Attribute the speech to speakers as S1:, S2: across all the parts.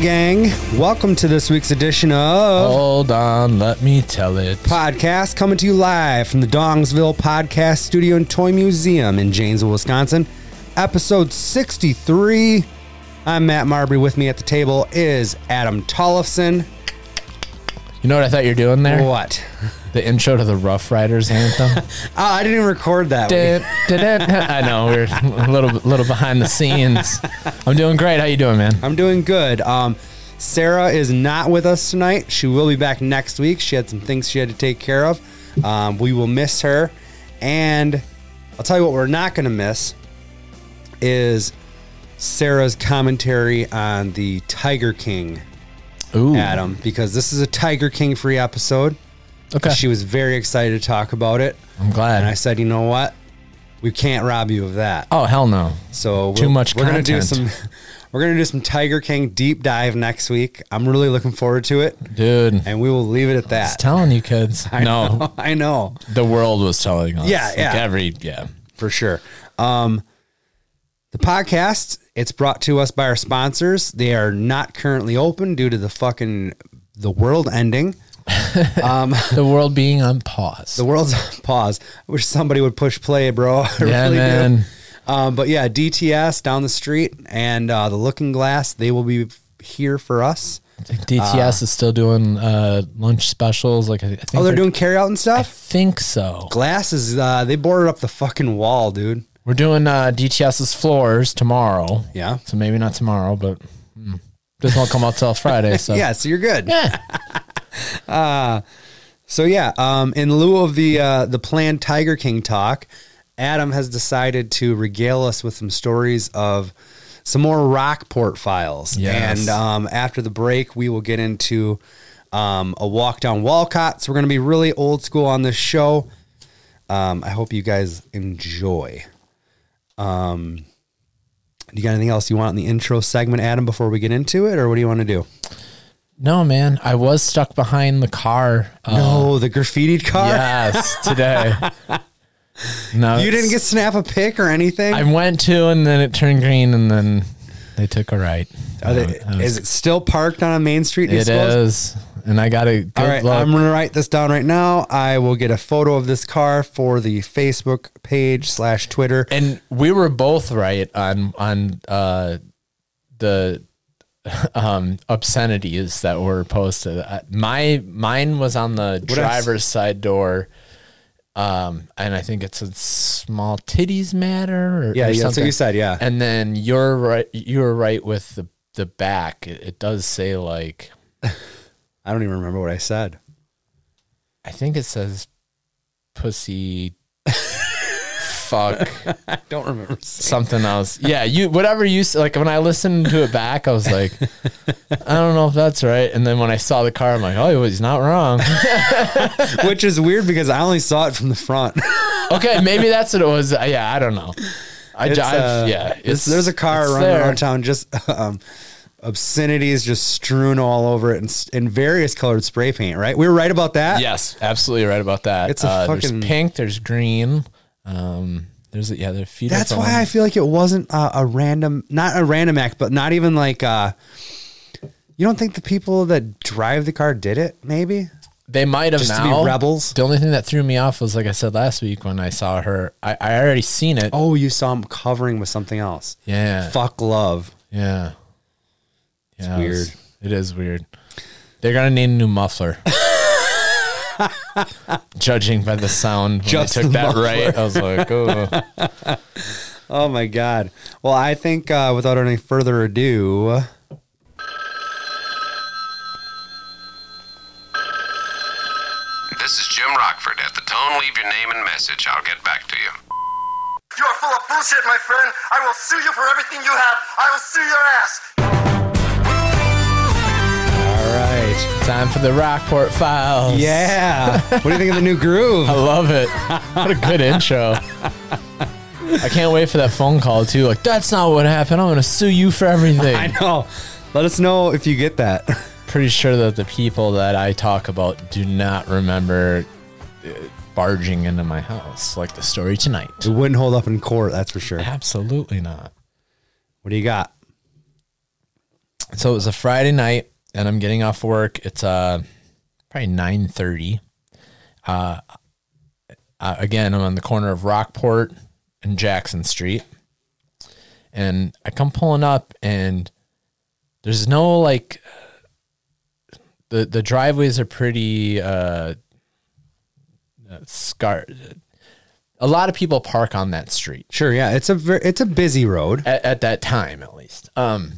S1: gang. Welcome to this week's edition of
S2: Hold on, let me tell it.
S1: Podcast coming to you live from the Dongsville Podcast Studio and Toy Museum in Janesville, Wisconsin. Episode 63. I'm Matt Marbury. With me at the table is Adam Tollefson.
S2: You know what I thought you were doing there?
S1: What?
S2: The intro to the Rough Riders anthem.
S1: Oh, I didn't even record that.
S2: Dun, dun, dun, dun. I know we're a little little behind the scenes. I'm doing great. How you doing, man?
S1: I'm doing good. Um, Sarah is not with us tonight. She will be back next week. She had some things she had to take care of. Um, we will miss her. And I'll tell you what we're not going to miss is Sarah's commentary on the Tiger King,
S2: Ooh,
S1: Adam, because this is a Tiger King free episode.
S2: okay.
S1: She was very excited to talk about it.
S2: I'm
S1: And I
S2: glad.
S1: said, you know what? We can't rob you of that.
S2: Oh hell no.
S1: So we're,
S2: Too much
S1: We're gonna do some.
S2: content.
S1: We're gonna do some Tiger King deep dive next week. I'm really looking forward to it,
S2: Dude, I
S1: and we will leave it at
S2: was
S1: that.
S2: telling you kids.
S1: I
S2: no,
S1: know, I know
S2: the world was telling us.
S1: Yeah,
S2: Like,
S1: yeah.
S2: every yeah.
S1: for sure. Um, the podcast it's brought to us by our sponsors. They are not currently open due to the fucking the world ending.
S2: The world being on pause.
S1: The world's on pause. I wish somebody would push play, bro. I
S2: yeah,
S1: really do.
S2: man.
S1: Um, but yeah, DTS down the street and uh, the Looking Glass. They will be here for us.
S2: DTS is still doing uh, lunch specials. Like I I think
S1: Oh, they're
S2: they're-
S1: doing carry out and
S2: I
S1: stuff.
S2: think so.
S1: Glasses, uh, they boarded up the fucking wall, dude.
S2: We're doing uh, DTS's floors tomorrow.
S1: Yeah.
S2: So maybe not tomorrow, but mm, this won't come out till Friday. So
S1: Yeah, so you're good. Uh,
S2: Yeah.
S1: So yeah, um, in lieu of the uh, the planned Tiger King talk, Adam has decided to regale us with some stories of some more Rockport files.
S2: Yes.
S1: And um, after the break, we will get into um, a walk down Walcott. So we're going to be really old school on this show. Um, I hope you guys enjoy. Um, you got anything else you want in the intro segment, Adam, before we get into it, or what do you want to do?
S2: No, man. I was stuck behind the car. Uh,
S1: No, the graffitied car.
S2: Yes, today. No,
S1: You didn't
S2: it's-
S1: get snap a pic or anything.
S2: I went to, and then it turned green, and then they took a right.
S1: Are they-
S2: Uh,
S1: is it still parked on a main street? in
S2: it
S1: Nichols?
S2: is, and I got a good
S1: All right,
S2: look.
S1: I'm gonna write this down right now. I will get a photo of this car for the Facebook page slash Twitter.
S2: and we were both right on on uh the um obscenities that were posted I- my mine was on the
S1: else?
S2: driver's side door um and i think it said small titties matter or,
S1: Yeah, yeah,
S2: or
S1: that's what
S2: something.
S1: you said. Yeah,
S2: and then you're right you're right with the the back it, it does say like
S1: I don't even remember what I said.
S2: i think it says pussy fuck
S1: I don't remember.
S2: something else. Yeah, you whatever you s- like. When I listened to it back, I was like, I don't know if that's right. And then when I saw the car, I'm like, oh, he's not wrong.
S1: Which is weird because I only saw it from the front.
S2: okay, maybe that's what it was. Uh, Yeah, I don't know. I
S1: It's,
S2: I've-
S1: uh,
S2: yeah.
S1: it's, there's a car
S2: it's
S1: running
S2: there.
S1: around town, just um, obscenities just strewn all over it, and s- in various colored spray paint. Right, we were right about that.
S2: Yes, absolutely right about that.
S1: It's a
S2: uh,
S1: fucking-
S2: there's pink. There's green. Um, there's yeah. There's feet.
S1: That's why I feel like it wasn't uh, a random, not a random act, but not even like. Uh, you don't think the people that drive the car did it? Maybe
S2: they might have
S1: just to be
S2: now.
S1: rebels?
S2: The only thing that threw me off was like I said last week when I saw her. I, I already seen it.
S1: Oh, you saw him covering with something else.
S2: Yeah.
S1: Fuck love.
S2: Yeah. Yeah.
S1: weird.
S2: It's, it is weird. They're gonna need a new muffler. Judging by the sound, when
S1: Just
S2: I took
S1: the
S2: that right. I was like, oh,
S1: Oh my god. Well, I think uh, without any further ado,
S3: This is Jim Rockford. At the tone, leave your name and message. I'll get back to you.
S4: You are full of bullshit, my friend. I will sue you for everything you have. I will sue your ass.
S1: all right.
S2: time for the Rockport Files.
S1: Yeah. what do you think of the new groove?
S2: I love it. What a good intro. I can't wait for that phone call too. Like, that's not what happened. I'm gonna sue you for everything.
S1: I know. Let us know if you get that.
S2: pretty sure that the people that I talk about do not remember uh, barging into my house like the story tonight.
S1: It wouldn't hold up in court, that's for sure.
S2: Absolutely not.
S1: What do you got?
S2: so it was a Friday night, and I'm getting off work. It's uh probably nine thirty. Uh, uh, again, I'm on the corner of Rockport and Jackson Street, and I come pulling up, and there's no like the the driveways are pretty uh, uh scar. A lot of people park on that street
S1: Sure, yeah, it's a ver- it's a busy road.
S2: at, at that time at least. Um,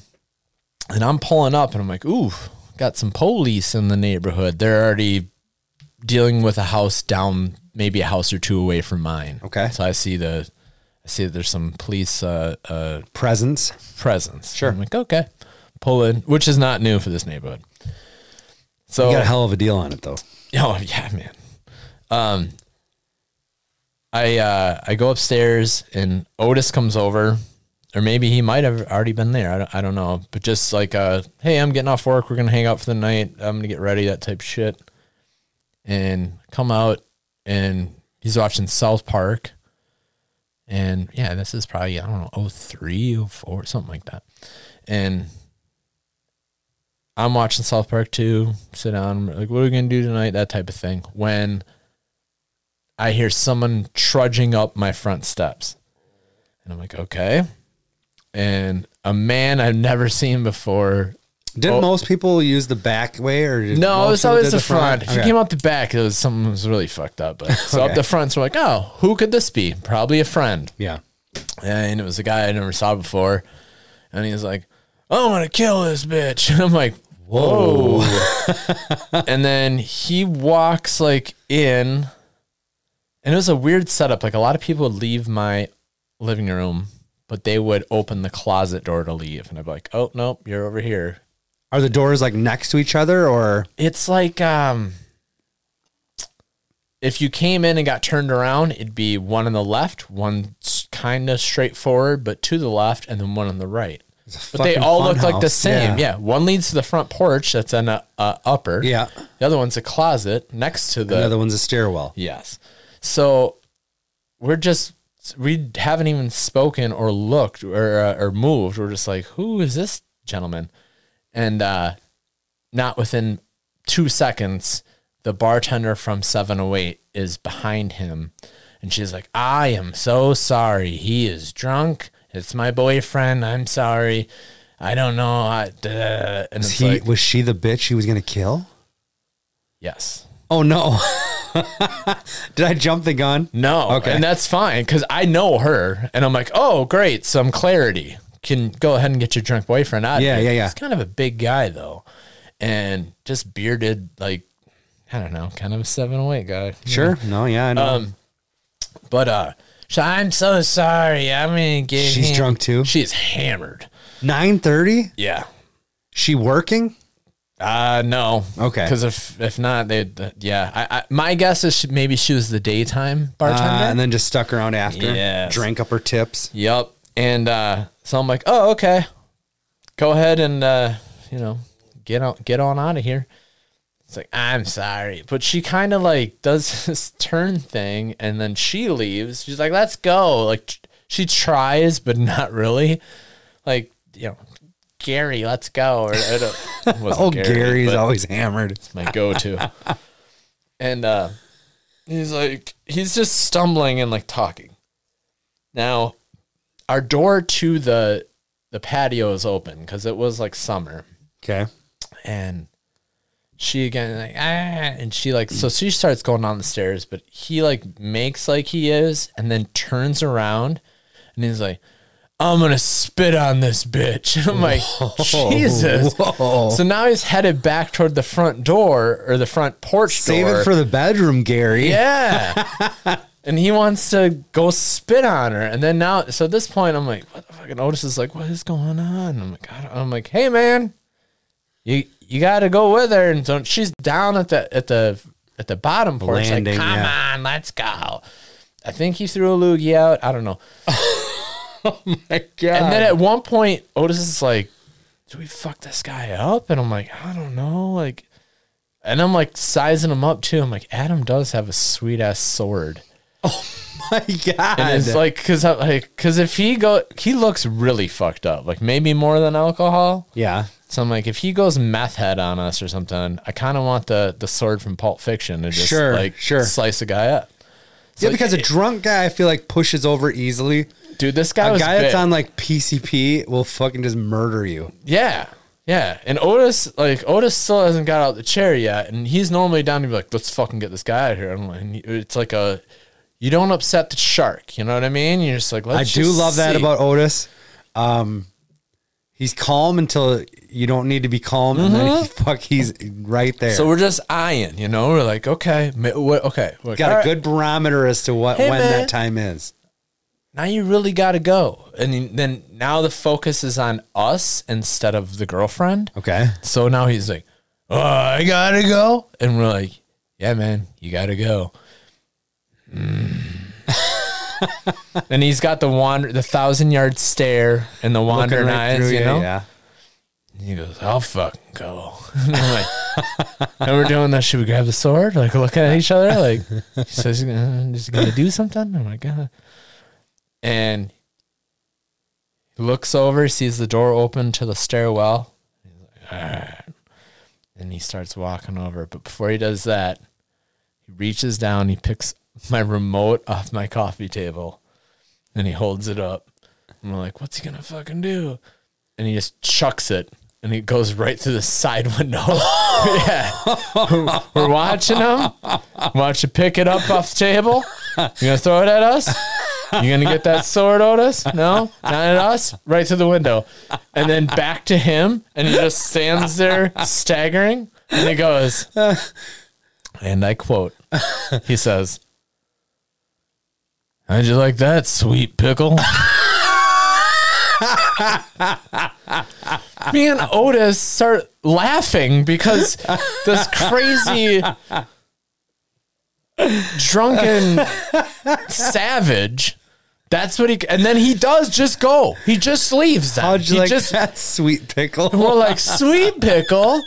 S2: and I'm pulling up and I'm like, ooh, got some police in the neighborhood. They're already dealing with a house down, maybe a house or two away from mine.
S1: Okay.
S2: So I see the, I see that there's some police uh, uh,
S1: Presence.
S2: presence.
S1: Sure.
S2: I'm like, okay, pull in, which is not new for this neighborhood. So
S1: You got a hell of a deal on it though.
S2: Oh yeah, man. Um, I uh, I go upstairs and Otis comes over, or maybe he might have already been there. I don't, I don't know, but just like uh, hey, I'm getting off work. We're gonna hang out for the night. I'm gonna get ready. That type of shit. And come out, and he's watching South Park. And yeah, this is probably I don't know 03, 04, something like that. And I'm watching South Park too. Sit down, like, what are we gonna do tonight? That type of thing. When I hear someone trudging up my front steps, and I'm like, okay. And a man I've never seen before.
S1: Did
S2: Oh.
S1: not most people use the back way or did most
S2: No, it was
S1: people
S2: always
S1: did
S2: the front. If you
S1: Okay.
S2: came up the back, it was something was really fucked up. But so
S1: Okay.
S2: up the front, so we're like, oh, who could this be? Probably a friend.
S1: Yeah.
S2: and it was a guy I never saw before, and he was like, "I want to kill this bitch," and I'm like, "Whoa!" and then he walks like in, and it was a weird setup. Like a lot of people would leave my living room, but they would open the closet door to leave, and I'd be like, "Oh nope, you're over here."
S1: Are the doors like next to each other or
S2: It's like um. If you came in and got turned around, it'd be one on the left, one kind of straightforward, but to the left, and then one on the right. But they
S1: fucking
S2: all
S1: fun
S2: look like the
S1: house.
S2: same.
S1: Yeah.
S2: Yeah. One leads to the front porch that's an uh, uh, upper.
S1: Yeah.
S2: The other one's a closet next to the.
S1: another one's a stairwell?
S2: yes. So we're just, we haven't even spoken or looked or, uh, or moved. We're just like, who is this gentleman? And uh, not within two seconds, the bartender from 708 is behind him. And she's like, I am so sorry. He is drunk. It's my boyfriend. I'm sorry. I don't know. I, duh." and
S1: Was
S2: it's
S1: he
S2: like,
S1: was she the bitch he was gonna kill?
S2: yes.
S1: Oh no. Did I jump the gun?
S2: No.
S1: Okay.
S2: And that's fine because I know her. And I'm like, oh, great. Some clarity. Can go ahead and get your drunk boyfriend out
S1: Yeah,
S2: of
S1: yeah,
S2: here.
S1: yeah.
S2: He's kind of a big guy, though. And just bearded, like, I don't know, kind of a 708 guy.
S1: Sure. No, yeah, I know.
S2: Um, But uh, so I'm so sorry. I'm gonna get.
S1: She's drunk, too?
S2: She's hammered.
S1: Nine thirty?
S2: Yeah.
S1: She working?
S2: Uh, no.
S1: Okay.
S2: Because if if not, they would yeah. I, I my guess is she, maybe she was the daytime
S1: Uh,
S2: bartender.
S1: and then just stuck around after.
S2: Yes.
S1: Drank up her tips.
S2: yep. And uh, so I'm like, oh okay, go ahead and uh, you know, get on get on out of here. It's like I'm sorry, but she kind of like does this turn thing, and then she leaves. She's like, let's go. Like tr- she tries, but not really. Like you know. Gary, let's go. Or, I don't- it wasn't
S1: Oh, Gary's
S2: but-
S1: always hammered.
S2: my go-to. and uh, he's like, he's just stumbling and like talking. Now, our door to the the patio is open because it was like summer,
S1: Okay.
S2: and she again like ah, and she like so she starts going down the stairs, but he like makes like he is, and then turns around, and he's like. I'm gonna spit on this bitch. I'm like, Jesus.
S1: Whoa.
S2: So now he's headed back toward the front door or the front porch
S1: Save
S2: door.
S1: it for the bedroom, Gary.
S2: yeah. and he wants to go spit on her. And then now, so at this point, I'm like, what the fuck? And Otis is like, what is going on? I'm like, I don't- I'm like, hey man, you you got to go with her. And so she's down at the at the at the bottom porch.
S1: Landing,
S2: like, come
S1: yeah.
S2: on, let's go. I think he threw a loogie out. I don't know.
S1: My God.
S2: And then at one point, Otis is like, "Do we fuck this guy up?" And I'm like, "I don't know." Like, and I'm like sizing him up too. I'm like, Adam does have a sweet ass sword,
S1: My God.
S2: and it's like, cause I, like, cause if he go, he looks really fucked up. Like maybe more than alcohol.
S1: yeah.
S2: So I'm like, if he goes meth head on us or something, I kind of want the the sword from Pulp Fiction to just
S1: Sure,
S2: like
S1: sure.
S2: slice a guy up. It's
S1: yeah,
S2: like,
S1: because a drunk guy, I feel like pushes over easily.
S2: dude, this guy
S1: a
S2: was
S1: guy that's
S2: big.
S1: on like PCP will fucking just murder you.
S2: Yeah. Yeah. And Otis, like, Otis still hasn't got out the chair yet. And he's normally down to be like, let's fucking get this guy out of here. I'm like, and it's like a, you don't upset the shark. You know what I mean? You're just like, let's
S1: I do
S2: just
S1: love that
S2: see."
S1: about Otis. Um, he's calm until you don't need to be calm, and then he, fuck, he's right there.
S2: Mm-hmm. So we're just eyeing, you know? We're like, okay, ma- what, okay. We're like,
S1: got a
S2: "All right,
S1: good barometer as to what
S2: Hey,
S1: when
S2: man.
S1: that time is.
S2: Now you really got to go. And then now the focus is on us instead of the girlfriend.
S1: Okay.
S2: So now he's like, oh, I gotta go. And we're like, yeah, man, you gotta go. Mm. and he's got the wander, the thousand yard stare and the
S1: Looking
S2: wandering
S1: right
S2: eyes,
S1: through
S2: you
S1: you,
S2: know?
S1: Yeah.
S2: And he goes, I'll fucking go. and, I'm like- and we're doing that. Should we grab the sword? Like, look at each other. Like, he says, "Uh, is he gonna do something? I'm like, uh. and he looks over, sees the door open to the stairwell. He's like, all right. And he starts walking over. But before he does that, he reaches down, he picks my remote off my coffee table, and he holds it up. And we're like, what's he gonna fucking do? and he just chucks it and it goes right through the side window. yeah. We're- We're watching him. Watch you pick it up off the table. You gonna throw it at us? You gonna get that sword, Otis? No? Not at us? Right through the window. And then back to him and he just stands there staggering and he goes and I quote he says How'd you like that, sweet pickle? me and Otis start laughing because this crazy drunken savage. That's what he and then he does just go. He just leaves. Then.
S1: How'd you
S2: he
S1: like
S2: just
S1: that sweet pickle?
S2: we're like sweet pickle.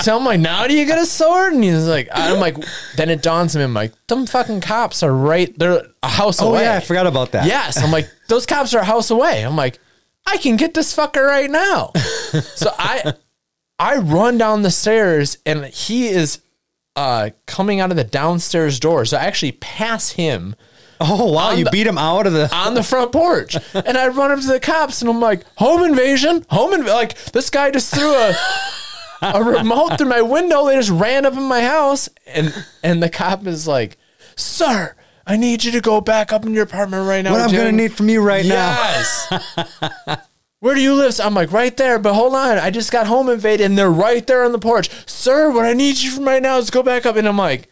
S2: So I'm like, now do you get a sword? And he's like, I'm like, then it dawns on me. I'm like, them fucking cops are right. They're a house
S1: oh
S2: away.
S1: yeah, I forgot about that.
S2: Yes. I'm like, those cops are a house away. I'm like, I can get this fucker right now. so I I run down the stairs and he is uh coming out of the downstairs door. So I actually pass him
S1: Oh wow,
S2: On
S1: you
S2: the-
S1: beat him out of the.
S2: on the front porch. And I run up to the cops and I'm like, home invasion? Home invasion? Like, this guy just threw a. A remote through my window. They just ran up in my house, and and the cop is like, "Sir, I need you to go back up in your apartment right now."
S1: What I'm
S2: dude."
S1: gonna need from you right now?
S2: Yes. Where do you live? So I'm like, right there, but hold on. I just got home invaded and they're right there on the porch. Sir, what I need you from right now is go back up. And I'm like,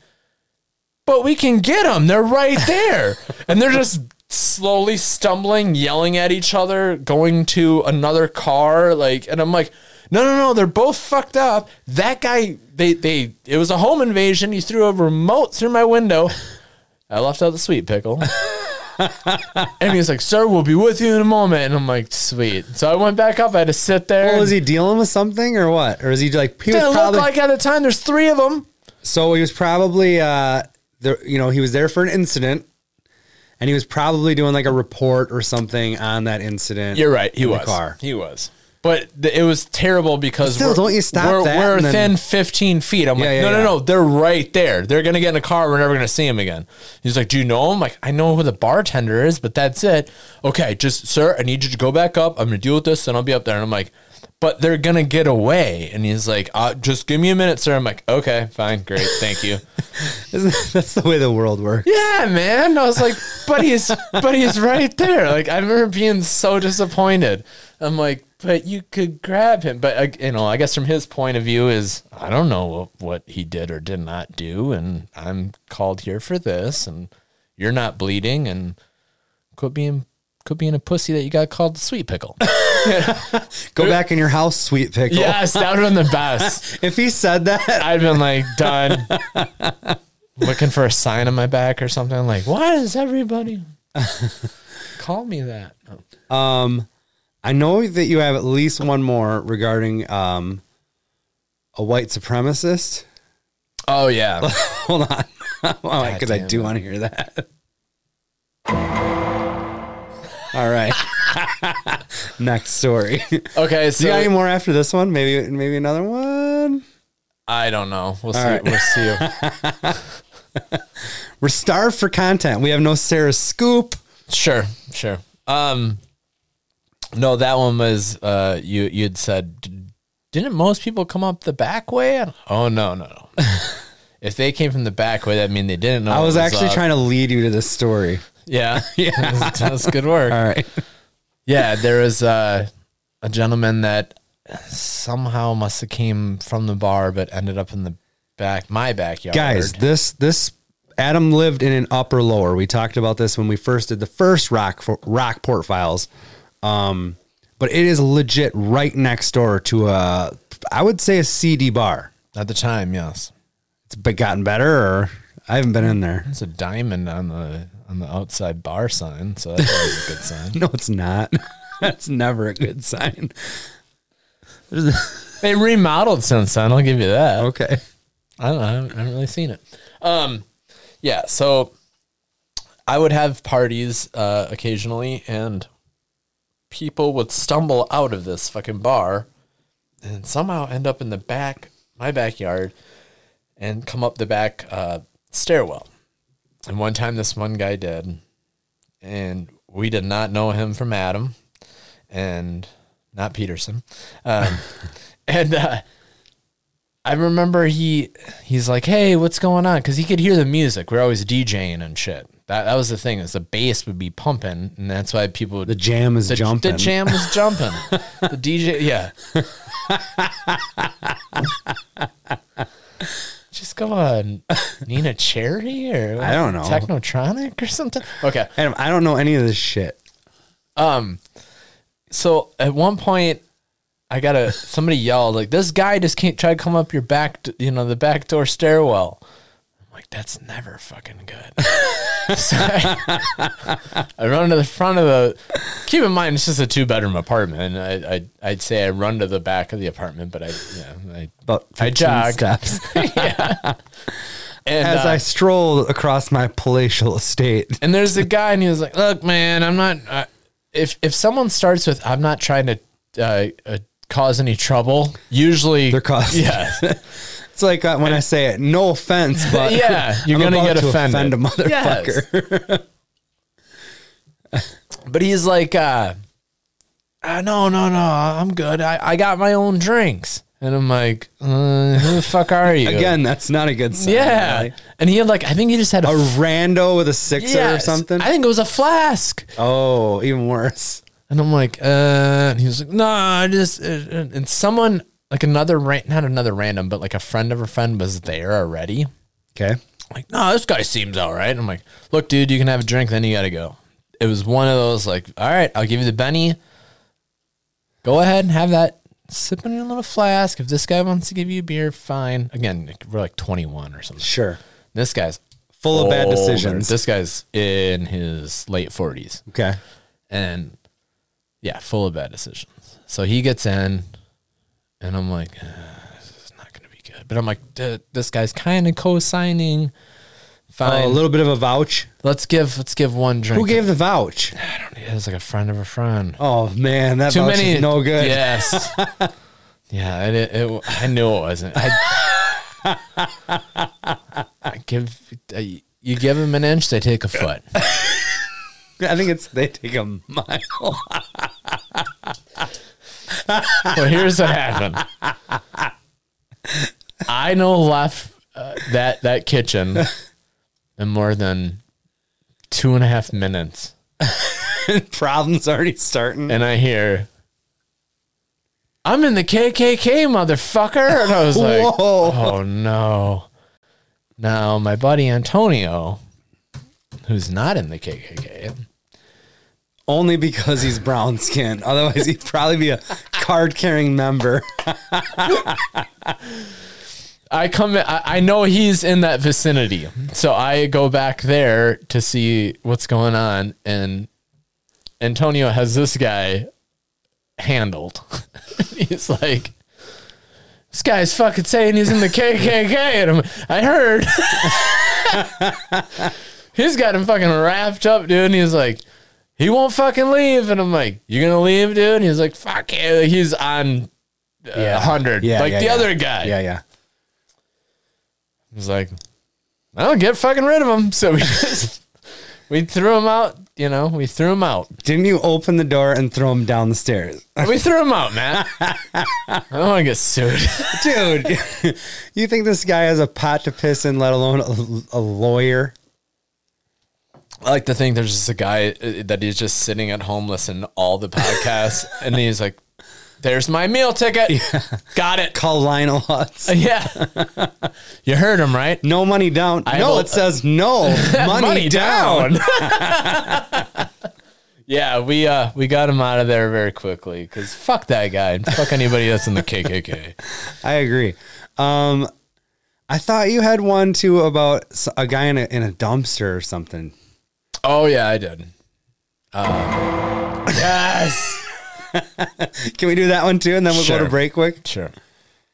S2: but we can get them. They're right there. and they're just slowly stumbling, yelling at each other, going to another car. Like, and I'm like, no, no, no. They're both fucked up. That guy, they, they, it was a home invasion. He threw a remote through my window. I left out the sweet pickle. And he's like, "Sir, we'll be with you in a moment." And I'm like, "Sweet." So I went back up. I had to sit there.
S1: Was he dealing with something or what? Or is he like he was
S2: Didn't
S1: probably
S2: look like at the time. There's three of them.
S1: So he was probably uh there you know, he was there for an incident and he was probably doing like a report or something on that incident.
S2: You're right. He
S1: in the
S2: was.
S1: car.
S2: He was. But th- it was terrible because
S1: Still,
S2: we're,
S1: don't you stop
S2: we're,
S1: that
S2: we're
S1: and
S2: within
S1: then-
S2: 15 feet. I'm
S1: Yeah,
S2: like,
S1: yeah,
S2: no,
S1: yeah.
S2: no, no. They're right there. They're going to get in a car. We're never going to see him again. He's like, do you know him? I'm like, I know who the bartender is, but that's it. Okay, just, sir, I need you to go back up. I'm going to deal with this, and I'll be up there. And I'm like, but they're going to get away. And he's like, uh, just give me a minute, sir. I'm like, okay, fine, great. Thank you.
S1: Isn't that- That's the way the world works.
S2: yeah, man. I was like, but he's, but he's right there. Like I remember being so disappointed. I'm like, but you could grab him. But uh, you know, I guess from his point of view is I don't know what, what he did or did not do, and I'm called here for this, and you're not bleeding, and could being could being a pussy that you got called the sweet pickle.
S1: Go back in your house, sweet pickle.
S2: yes, that would have been the best.
S1: If he said that,
S2: I'd been like done. Looking for a sign on my back or something. Like, why does everybody call me that?
S1: I know that you have at least one more regarding um a white supremacist.
S2: Oh yeah.
S1: Hold on. Because I
S2: damn
S1: do want to hear that. All right. Next story. Do
S2: Okay, so
S1: you got any more after this one? Maybe maybe another one.
S2: I don't know. We'll see.
S1: right.
S2: We'll see.
S1: We're starved for content. We have no Sarah scoop.
S2: Sure, sure. Um, no, that one was uh, you. You'd said, "D- didn't most people come up the back way? Oh no, no, no. if they came from the back way, that mean they didn't know.
S1: I
S2: what
S1: was actually
S2: up.
S1: trying to lead you to this story.
S2: Yeah, yeah. that's, that's good work.
S1: All right.
S2: Yeah, there was uh, a gentleman that somehow must have came from the bar, but ended up in the back, my backyard.
S1: guys this this adam lived in an upper lower we talked about this when we first did the first rock rockport files um but it is legit right next door to a i would say a cd bar
S2: at the time, yes.
S1: it's be- gotten better or i haven't been in there
S2: It's a diamond on the on the outside bar sign, so that's always a good sign.
S1: no it's not that's never a good sign
S2: They remodeled since then. I'll give you that.
S1: okay
S2: I don't know. I haven't, I haven't really seen it. Um, yeah. So I would have parties uh, occasionally, and people would stumble out of this fucking bar and somehow end up in the back, my backyard, and come up the back uh, stairwell. And one time, this one guy did, and we did not know him from Adam, and not Peterson, um, and. Uh, I remember he he's like, "Hey, what's going on?" Because he could hear the music. We're always DJing and shit. That that was the thing is the bass would be pumping, and that's why people would
S1: the jam is
S2: the,
S1: jumping
S2: The jam was jumping. the DJ, yeah. Just go on Nina Charity or
S1: I don't know.
S2: Technotronic or something. Okay.
S1: adam i don't know any of this shit
S2: So at one point, I got a somebody yelled like, "This guy just can't try to come up your back, d- you know, the back door stairwell." I'm like, "That's never fucking good." so I, I run to the front of the. Keep in mind, it's just a two bedroom apartment. And I, I I'd say I run to the back of the apartment, but I yeah I
S1: about
S2: I
S1: 15
S2: jog.
S1: steps
S2: and,
S1: as
S2: uh,
S1: i stroll across my palatial estate
S2: And there's a guy, and he was like, "Look, man, I'm not. Uh, if if someone starts with, I'm not trying to uh, uh, cause any trouble. Usually,
S1: They're cause-
S2: Yeah,
S1: It's like uh, when I say it, no offense, but
S2: yeah. You're
S1: I'm
S2: gonna
S1: about
S2: get
S1: to
S2: offended,
S1: offend a motherfucker.
S2: Yes. but he's like, uh, uh, "No, no, no, I'm good. I, I got my own drinks." And I'm like, uh, "Who the fuck are you?"
S1: Again, that's not a good sign.
S2: yeah.
S1: really.
S2: And he had like, I think he just had a,
S1: A
S2: f-
S1: rando with a sixer or
S2: yes.
S1: something.
S2: I think it was a flask.
S1: oh, even worse.
S2: And I'm like, uh, and he was like, no, I just, uh, uh," and someone, like another, ran- not another random, but like a friend of a friend was there already.
S1: Okay.
S2: Like, no, this guy seems all right. I'm like, look, dude, you can have a drink, then you got to go. It was one of those, like, all right, I'll give you the Benny. Go ahead and have that. Sip in your little flask. If this guy wants to give you a beer, fine. Again, like, we're like 21 or something.
S1: Sure.
S2: This guy's
S1: Full of bad
S2: older.
S1: decisions.
S2: Oh, This guy's in his late 40s
S1: okay.
S2: and yeah, full of bad decisions. So he gets in, and I'm like, uh, this is not going to be good. But I'm like, "Th- this guy's kind of co-signing. Fine,
S1: Oh, a little bit of a vouch.
S2: let's give let's give one drink.
S1: Who gave the vouch?
S2: It was like a friend of a friend.
S1: Oh man, that
S2: Too
S1: vouch
S2: many,
S1: is no good.
S2: Yes. yeah, it, it, it- I knew it wasn't. I, I give I, you give them an inch, they take a foot.
S1: I think it's they take a mile.
S2: well, here's what happened. I know left uh, that that kitchen in more than two and a half minutes,
S1: Problems already starting.
S2: and I hear, "I'm in the KKK, motherfucker!" And I was like,
S1: Whoa.
S2: "Oh no!" Now my buddy Antonio, who's not in the KKK,
S1: Only because he's brown skinned. Otherwise he'd probably be a card carrying member.
S2: I come. in- I, I know he's in that vicinity, so I go back there to see what's going on, and Antonio has this guy handled. he's like, "This guy's fucking saying he's in the KKK," and I'm, I heard he's got him fucking wrapped up, dude. And he's like, he won't fucking leave. And I'm like, you gonna leave, dude? And he's like, fuck it. He's on uh,
S1: Yeah.
S2: 100.
S1: Yeah,
S2: like
S1: yeah,
S2: the
S1: yeah.
S2: other guy.
S1: Yeah, yeah.
S2: He's like, I'll get fucking rid of him. So we just, we threw him out. You know, we threw him out.
S1: Didn't you open the door and throw him down the stairs?
S2: We threw him out, man. I don't want to get sued.
S1: Dude, you think this guy has a pot to piss in, let alone a, a lawyer?
S2: I like to think there's just a guy uh, that he's just sitting at home listening to all the podcasts, and he's like, "There's my meal ticket. Got it.
S1: Call Lionel Hutz.
S2: Yeah, you heard him right.
S1: No money down.
S2: I
S1: no,
S2: will-
S1: it says no money, down.
S2: yeah, we uh we got him out of there very quickly because fuck that guy and fuck anybody that's in the KKK.
S1: I agree. Um, I thought you had one too about s- a guy in a, in a dumpster or something.
S2: Oh yeah, I did. Um, yes,
S1: Can we do that one too, and then we'll go
S2: Sure.
S1: to break quick?
S2: sure.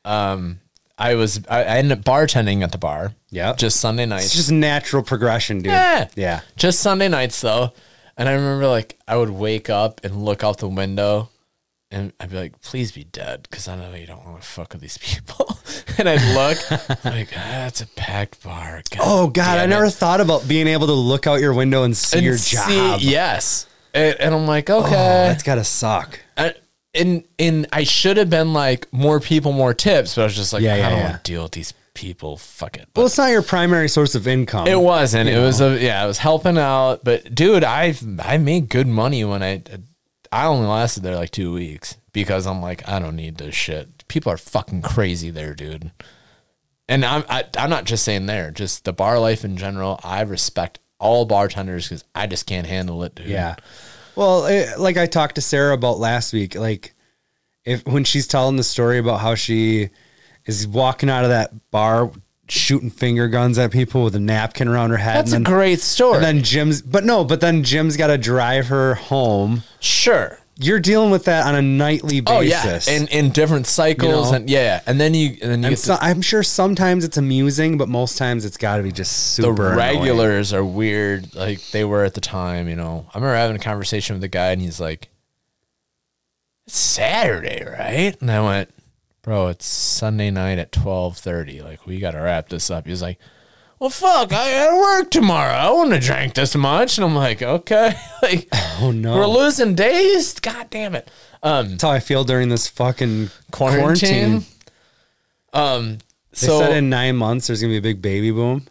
S2: Um, I was I, I ended up bartending at the bar.
S1: Yeah.
S2: just Sunday nights.
S1: It's just natural progression, dude.
S2: Yeah.
S1: Yeah.
S2: Just Sunday nights though. And I remember like I would wake up and look out the window and I'd be like, please be dead, because I know you don't want to fuck with these people. and I'd look I'm like, ah, that's a packed bar. God
S1: Oh God,
S2: damn
S1: I
S2: it."
S1: never thought about being able to look out your window and see
S2: And
S1: your
S2: see-
S1: job.
S2: yes. And, and I'm like,
S1: Oh,
S2: okay.
S1: that's gotta suck.
S2: I- and and I should have been like more people, more tips, but I was just like,
S1: Yeah,
S2: I
S1: yeah,
S2: don't
S1: yeah.
S2: want to deal with these people. Fuck it. But-
S1: Well, it's not your primary source of income.
S2: It wasn't. It was a yeah. It was helping out, but dude, I I made good money when I I only lasted there like two weeks because I'm like I don't need this shit. People are fucking crazy there, dude. And I'm I, I'm not just saying there, just the bar life in general. I respect all bartenders because I just can't handle it, dude.
S1: Yeah. Well, it, like I talked to Sarah about last week, like if when she's telling the story about how she is walking out of that bar shooting finger guns at people with a napkin around her head,
S2: that's a
S1: and, then,
S2: great story.
S1: and then Jim's, but no, but then Jim's got to drive her home.
S2: sure.
S1: You're dealing with that on a nightly
S2: Oh
S1: basis.
S2: yeah, in in different cycles
S1: You know?
S2: and yeah, yeah, and then you and then you
S1: and
S2: get to
S1: so, I'm sure sometimes it's amusing, but most times it's got to be just
S2: the
S1: super annoying.
S2: regulars are weird like they were at the time you know i remember having a conversation with the guy and he's like it's saturday right and i went bro it's sunday night at 12.30 like we gotta wrap this up he's like well fuck i gotta work tomorrow i wouldn't have drank this much and i'm like okay like
S1: Oh no,
S2: we're losing days god damn it um
S1: that's how I feel during this fucking
S2: quarantine,
S1: quarantine.
S2: um
S1: They
S2: so
S1: said in nine months there's gonna be a big baby boom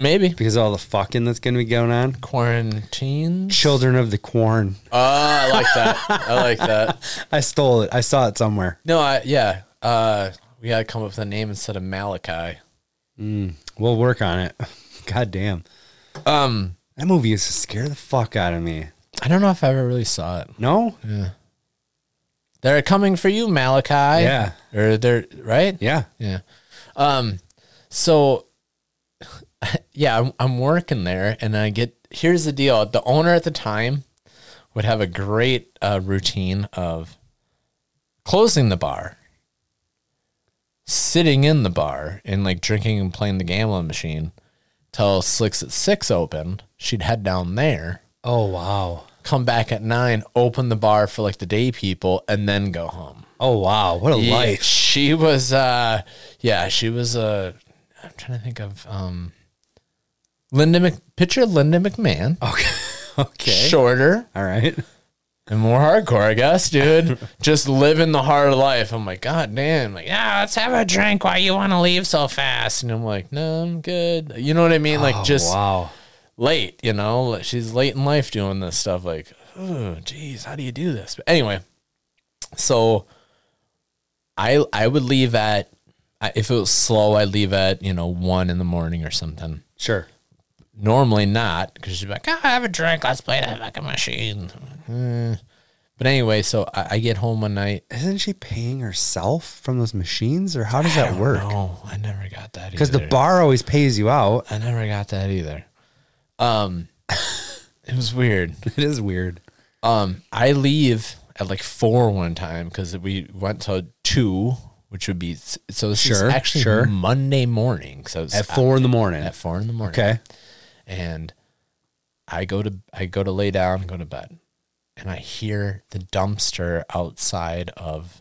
S2: maybe
S1: because of all the fucking that's gonna be going on.
S2: quarantine
S1: Children of the corn.
S2: oh i like that i like that
S1: I stole it. I saw it somewhere.
S2: No, I, yeah. Uh, we gotta come up with a name instead of Malachi.
S1: We'll work on it. God damn.
S2: Um,
S1: That movie used to scare the fuck out of me.
S2: I don't know if I ever really saw it.
S1: No?
S2: They're coming for you, Malachi.
S1: Yeah.
S2: or they're right.
S1: Yeah.
S2: Yeah. Um, so yeah, I'm, I'm working there and I get, here's the deal. The owner at the time would have a great uh, routine of closing the bar, sitting in the bar and like drinking and playing the gambling machine till six at six opened. She'd head down there,
S1: Oh wow.
S2: come back at nine, open the bar for like the day people and then go home.
S1: Oh wow. What a
S2: Yeah,
S1: life.
S2: She was uh yeah, she was uh I'm trying to think of um Linda Mc picture Linda McMahon.
S1: Okay. okay.
S2: Shorter
S1: All right.
S2: and more hardcore, I guess, dude. Just living the hard life. I'm like, God damn, like, yeah, let's have a drink. Why you wanna leave so fast? And I'm like, no, I'm good. You know what I mean? Like
S1: Oh,
S2: just
S1: wow.
S2: late, you know. Like, She's late in life doing this stuff. Like, oh, geez, how do you do this? But anyway, so I I would leave at I- if it was slow, I'd leave at you know one in the morning or something.
S1: Sure.
S2: Normally not because she'd be like, oh, have a drink, let's play that fucking machine. Eh. But anyway, so I, I get home one night.
S1: Isn't she paying herself from those machines or how does that work?
S2: No, I never got that
S1: Because the
S2: either.
S1: bar always pays you out.
S2: I never got that either. Um, it was weird.
S1: It is weird.
S2: Um, I leave at like four one time because we went to two, which would be so. This is
S1: Sure,
S2: actually
S1: sure.
S2: Monday morning. So it's
S1: At four in the morning.
S2: At four in the morning.
S1: Okay.
S2: and I go to I go to lay down, go to bed, and I hear the dumpster outside of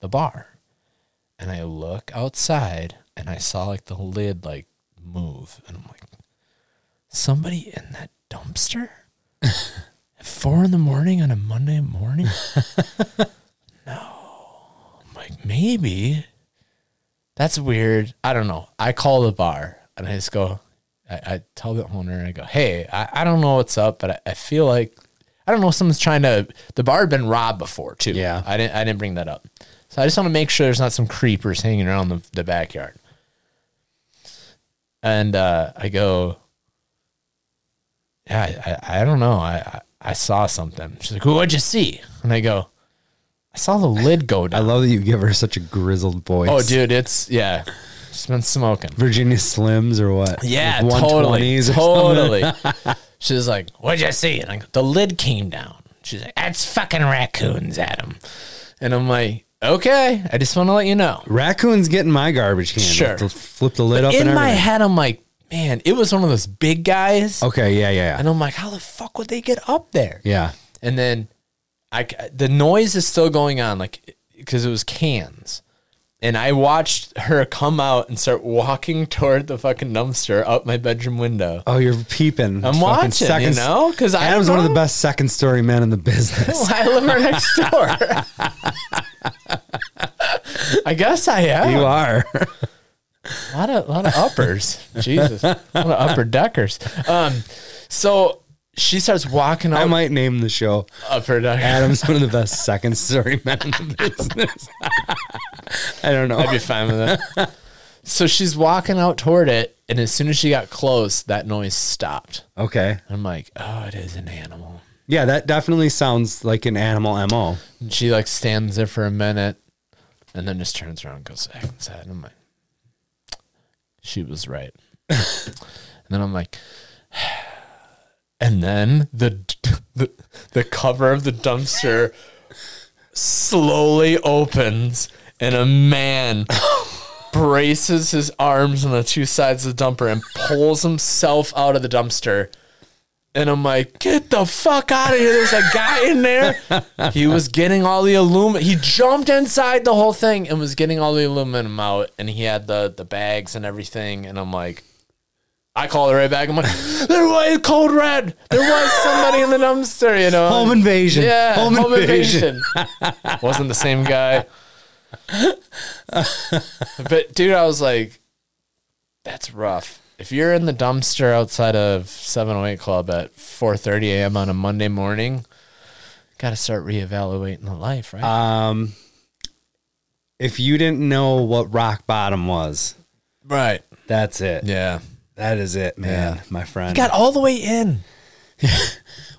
S2: the bar. And I look outside and I saw like the lid like move and I'm like somebody in that dumpster? At four in the morning on a Monday morning? no. I'm like, maybe. That's weird. I don't know. I call the bar and I just go, I, I tell the owner, I go, hey, I, I don't know what's up, but I, I feel like, I don't know, someone's trying to, the bar had been robbed before too.
S1: Yeah.
S2: I didn't, I didn't bring that up. So I just want to make sure there's not some creepers hanging around the, the backyard. And uh, I go, yeah, I, I, I don't know. I, I, I saw something. She's like, what'd you see? And I go, I saw the lid go
S1: I
S2: down.
S1: love that you give her such a grizzled voice.
S2: oh, dude, it's, yeah, she's been smoking.
S1: Virginia Slims or what?
S2: Yeah,
S1: Like
S2: totally.
S1: 120s or
S2: Totally. She's like, What'd you see? And I go, The lid came down. She's like, That's fucking raccoons, Adam. And I'm like, Okay, I just want to let you know.
S1: Raccoons get in my garbage can.
S2: Sure.
S1: They'll flip the lid up and
S2: In my
S1: everything.
S2: head, I'm like, Man, it was one of those big guys.
S1: Okay, yeah, yeah, yeah.
S2: And I'm like, How the fuck would they get up there?
S1: Yeah.
S2: and then I c- the noise is still going on, like because it was cans, and I watched her come out and start walking toward the fucking dumpster up my bedroom window.
S1: Oh, you're peeping.
S2: I'm
S1: Fucking
S2: watching, you know, because
S1: Adam's one of the best second story men in the business.
S2: I live right next door. I guess I am.
S1: you are.
S2: A lot of lot of uppers. Jesus, a lot of upper deckers. Um, so she starts walking
S1: I
S2: out
S1: might name the show.
S2: upper decker.
S1: Adam's one of the best second story men in the business. I don't know.
S2: I'd be fine with that. so she's walking out toward it, and as soon as she got close, that noise stopped.
S1: Okay.
S2: I'm like, oh, it is an animal.
S1: Yeah, that definitely sounds like an animal MO.
S2: And she like stands there for a minute, and then just turns around and goes back inside. And I'm like, she was right. and then I'm like, and then the the the cover of the dumpster slowly opens, and a man. braces his arms on the two sides of the dumper and pulls himself out of the dumpster. And I'm like, get the fuck out of here. There's a guy in there. He was getting all the aluminum. He jumped inside the whole thing and was getting all the aluminum out. And he had the, the bags and everything. And I'm like, I called it right back. I'm like, there was code red. There was somebody in the dumpster, you know.
S1: Home invasion.
S2: Yeah,
S1: Home, invasion.
S2: invasion. Wasn't the same guy. but dude, I was like, that's rough. If you're in the dumpster outside of 708 Club at 4:30 a.m. on a Monday morning, got to start reevaluating the life, right?
S1: If you didn't know what rock bottom was,
S2: right.
S1: that's it.
S2: Yeah.
S1: That is it, man, my friend.
S2: Got all the way in.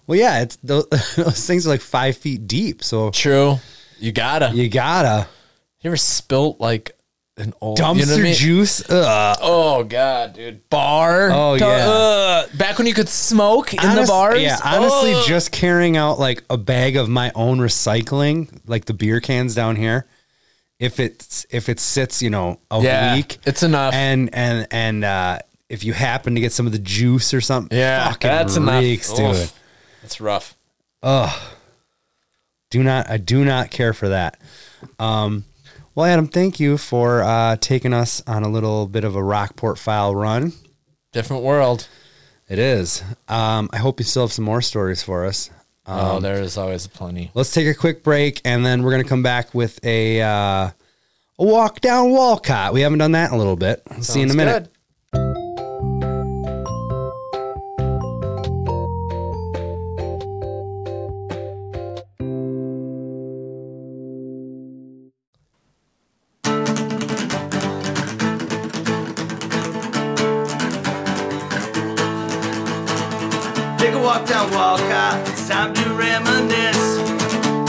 S1: well, yeah, it's those, those things are like five feet deep, so
S2: True. You gotta. You
S1: you gotta
S2: ever spilt like an old
S1: dumpster
S2: you know what I mean?
S1: juice. Ugh.
S2: Oh god, dude. Bar.
S1: Oh,
S2: Duh,
S1: yeah.
S2: ugh. back when you could smoke in the
S1: Honest-
S2: bars. Oh.
S1: Yeah, honestly,
S2: Ugh.
S1: just carrying out like a bag of my own recycling, like the beer cans down here. If it's if it sits, you know, a
S2: Yeah,
S1: week,
S2: it's enough.
S1: And and and uh, if you happen to get some of the juice or something,
S2: Yeah,
S1: fucking
S2: that's enough.
S1: reeks, dude.
S2: Oof. That's rough.
S1: Do not, I do not care for that. Um, well, Adam, thank you for uh, taking us on a little bit of a Rockport file run.
S2: Different world.
S1: It is. Um, I hope you still have some more stories for us.
S2: oh,
S1: Um,
S2: there is always plenty.
S1: Let's take a quick break, and then we're gonna come back with a uh, a walk down Walcott. We haven't done that in a little bit. We'll see you in a
S2: Sounds
S1: minute.
S2: good.
S5: Take a walk down Walcott, it's time to reminisce.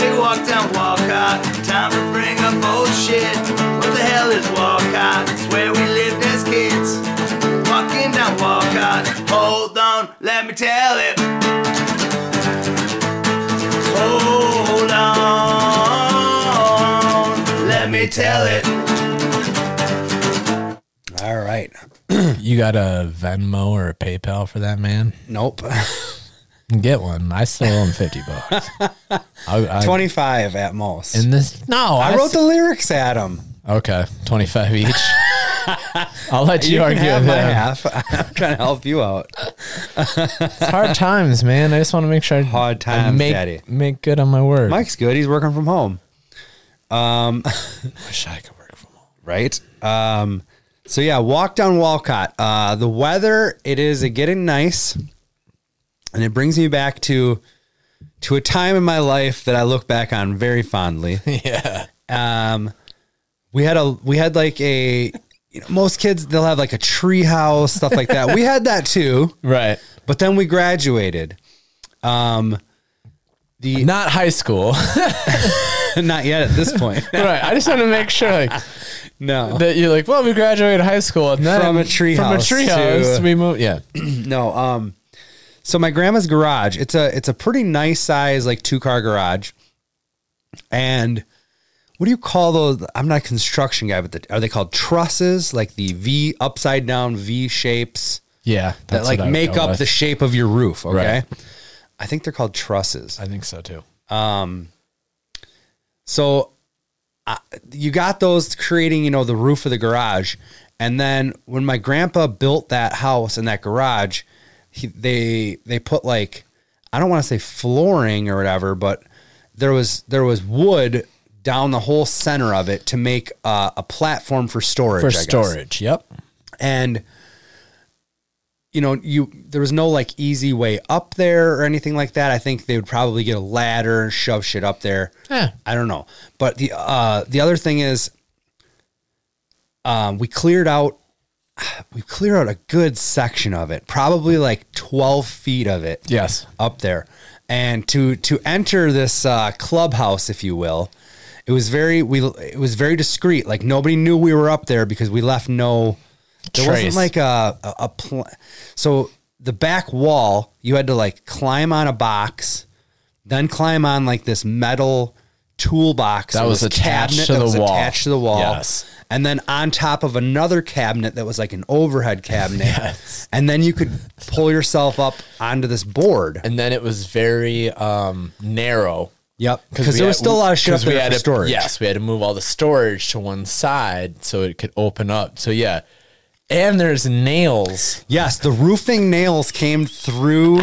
S5: Take a walk down Walcott, time to bring up old shit. What the hell is Walcott? It's where we lived as kids. Walking down Walcott, hold on, let me tell it. Hold on, let me tell it.
S1: All right.
S2: You got a Venmo or a PayPal for that man?
S1: Nope.
S2: Get one. I still own fifty bucks. I, I,
S1: 25 at most.
S2: in this. No,
S1: I wrote
S2: s-
S1: the lyrics at him.
S2: okay twenty five each. I'll let you,
S1: You can
S2: argue
S1: have
S2: with
S1: my
S2: that.
S1: half. I'm trying to help you out.
S2: It's hard times, man. I just want to make sure I,
S1: Hard
S2: I
S1: times,
S2: make
S1: Daddy.
S2: make good on my word.
S1: Mike's good. He's working from home.
S2: wish I could work from home.
S1: right? Um, so yeah, walk down Walcott. Uh, the weather it is getting nice, and it brings me back to to a time in my life that I look back on very fondly.
S2: Yeah,
S1: We had a we had like a you know, most kids they'll have like a tree house stuff like that. we had that too,
S2: right.
S1: but then we graduated.
S2: Not high school,
S1: Not yet at this point.
S2: right? I just want to make sure like,
S1: No,
S2: that you're like, well, we graduated high school and then
S1: From a tree
S2: from
S1: house
S2: a treehouse.
S1: to-
S2: We moved. Yeah,
S1: no. Um, so my grandma's garage. It's a it's a pretty nice size like two car garage, and what do you call those? I'm not a construction guy, but the, are they called trusses? Like the V upside down V shapes
S2: yeah.
S1: that like make up the
S2: Sh-
S1: shape of your roof. Okay,
S2: Right.
S1: I think they're called trusses.
S2: I think so too.
S1: So uh, you got those creating, you know, the roof of the garage. And then when my grandpa built that house and that garage, he, they they put like I don't want to say flooring or whatever, but there was there was wood down the whole center of it to make uh, a platform for storage.
S2: For
S1: I guess
S2: storage. Yep.
S1: and you know you there was no like easy way up there or anything like that i think they would probably get a ladder and shove shit up there
S2: Yeah.
S1: i don't know but the uh the other thing is um we cleared out we cleared out a good section of it probably like 12 feet of it
S2: Yes.
S1: up there and to to enter this uh, clubhouse if you will it was very we it was very discreet like nobody knew we were up there because we left no there
S2: Trace.
S1: wasn't like a a, a pl- so the back wall you had to like climb on a box then climb on like this metal toolbox
S2: That was
S1: a
S2: attached to the
S1: was
S2: wall.
S1: attached to the wall
S2: Yes.
S1: and then on top of another cabinet that was like an overhead cabinet and then you could pull yourself up onto this board
S2: And then it was very um, narrow.
S1: Yep. Because
S2: we
S1: there was
S2: had-
S1: still a lot of shit up
S2: 'cause we
S1: there
S2: had
S1: for
S2: to,
S1: storage.
S2: Yes, we had to move all the storage to one side so it could open up. So yeah, and there's nails.
S1: Yes, the roofing nails came through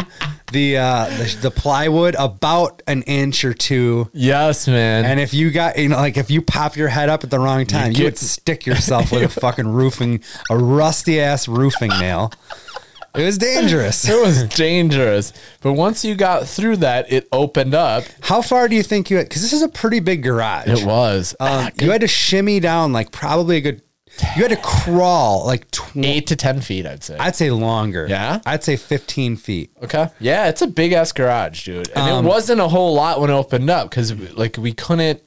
S1: the, uh, the the plywood about an inch or two.
S2: Yes, man.
S1: And if you got, you know, like if you pop your head up at the wrong time, you,
S2: get-
S1: would stick yourself with a fucking roofing, a rusty ass roofing nail. It was dangerous.
S2: it was dangerous. But once you got through that, it opened up.
S1: How far do you think you? Because this is a pretty big garage.
S2: It was
S1: Um, you had to shimmy down like probably a good. You had to crawl like twenty.
S2: eight to ten feet, I'd say.
S1: I'd say longer.
S2: Yeah?
S1: I'd say fifteen feet.
S2: Okay. Um, Yeah, it's a big ass garage, dude. And it wasn't a whole lot when it opened up because like we couldn't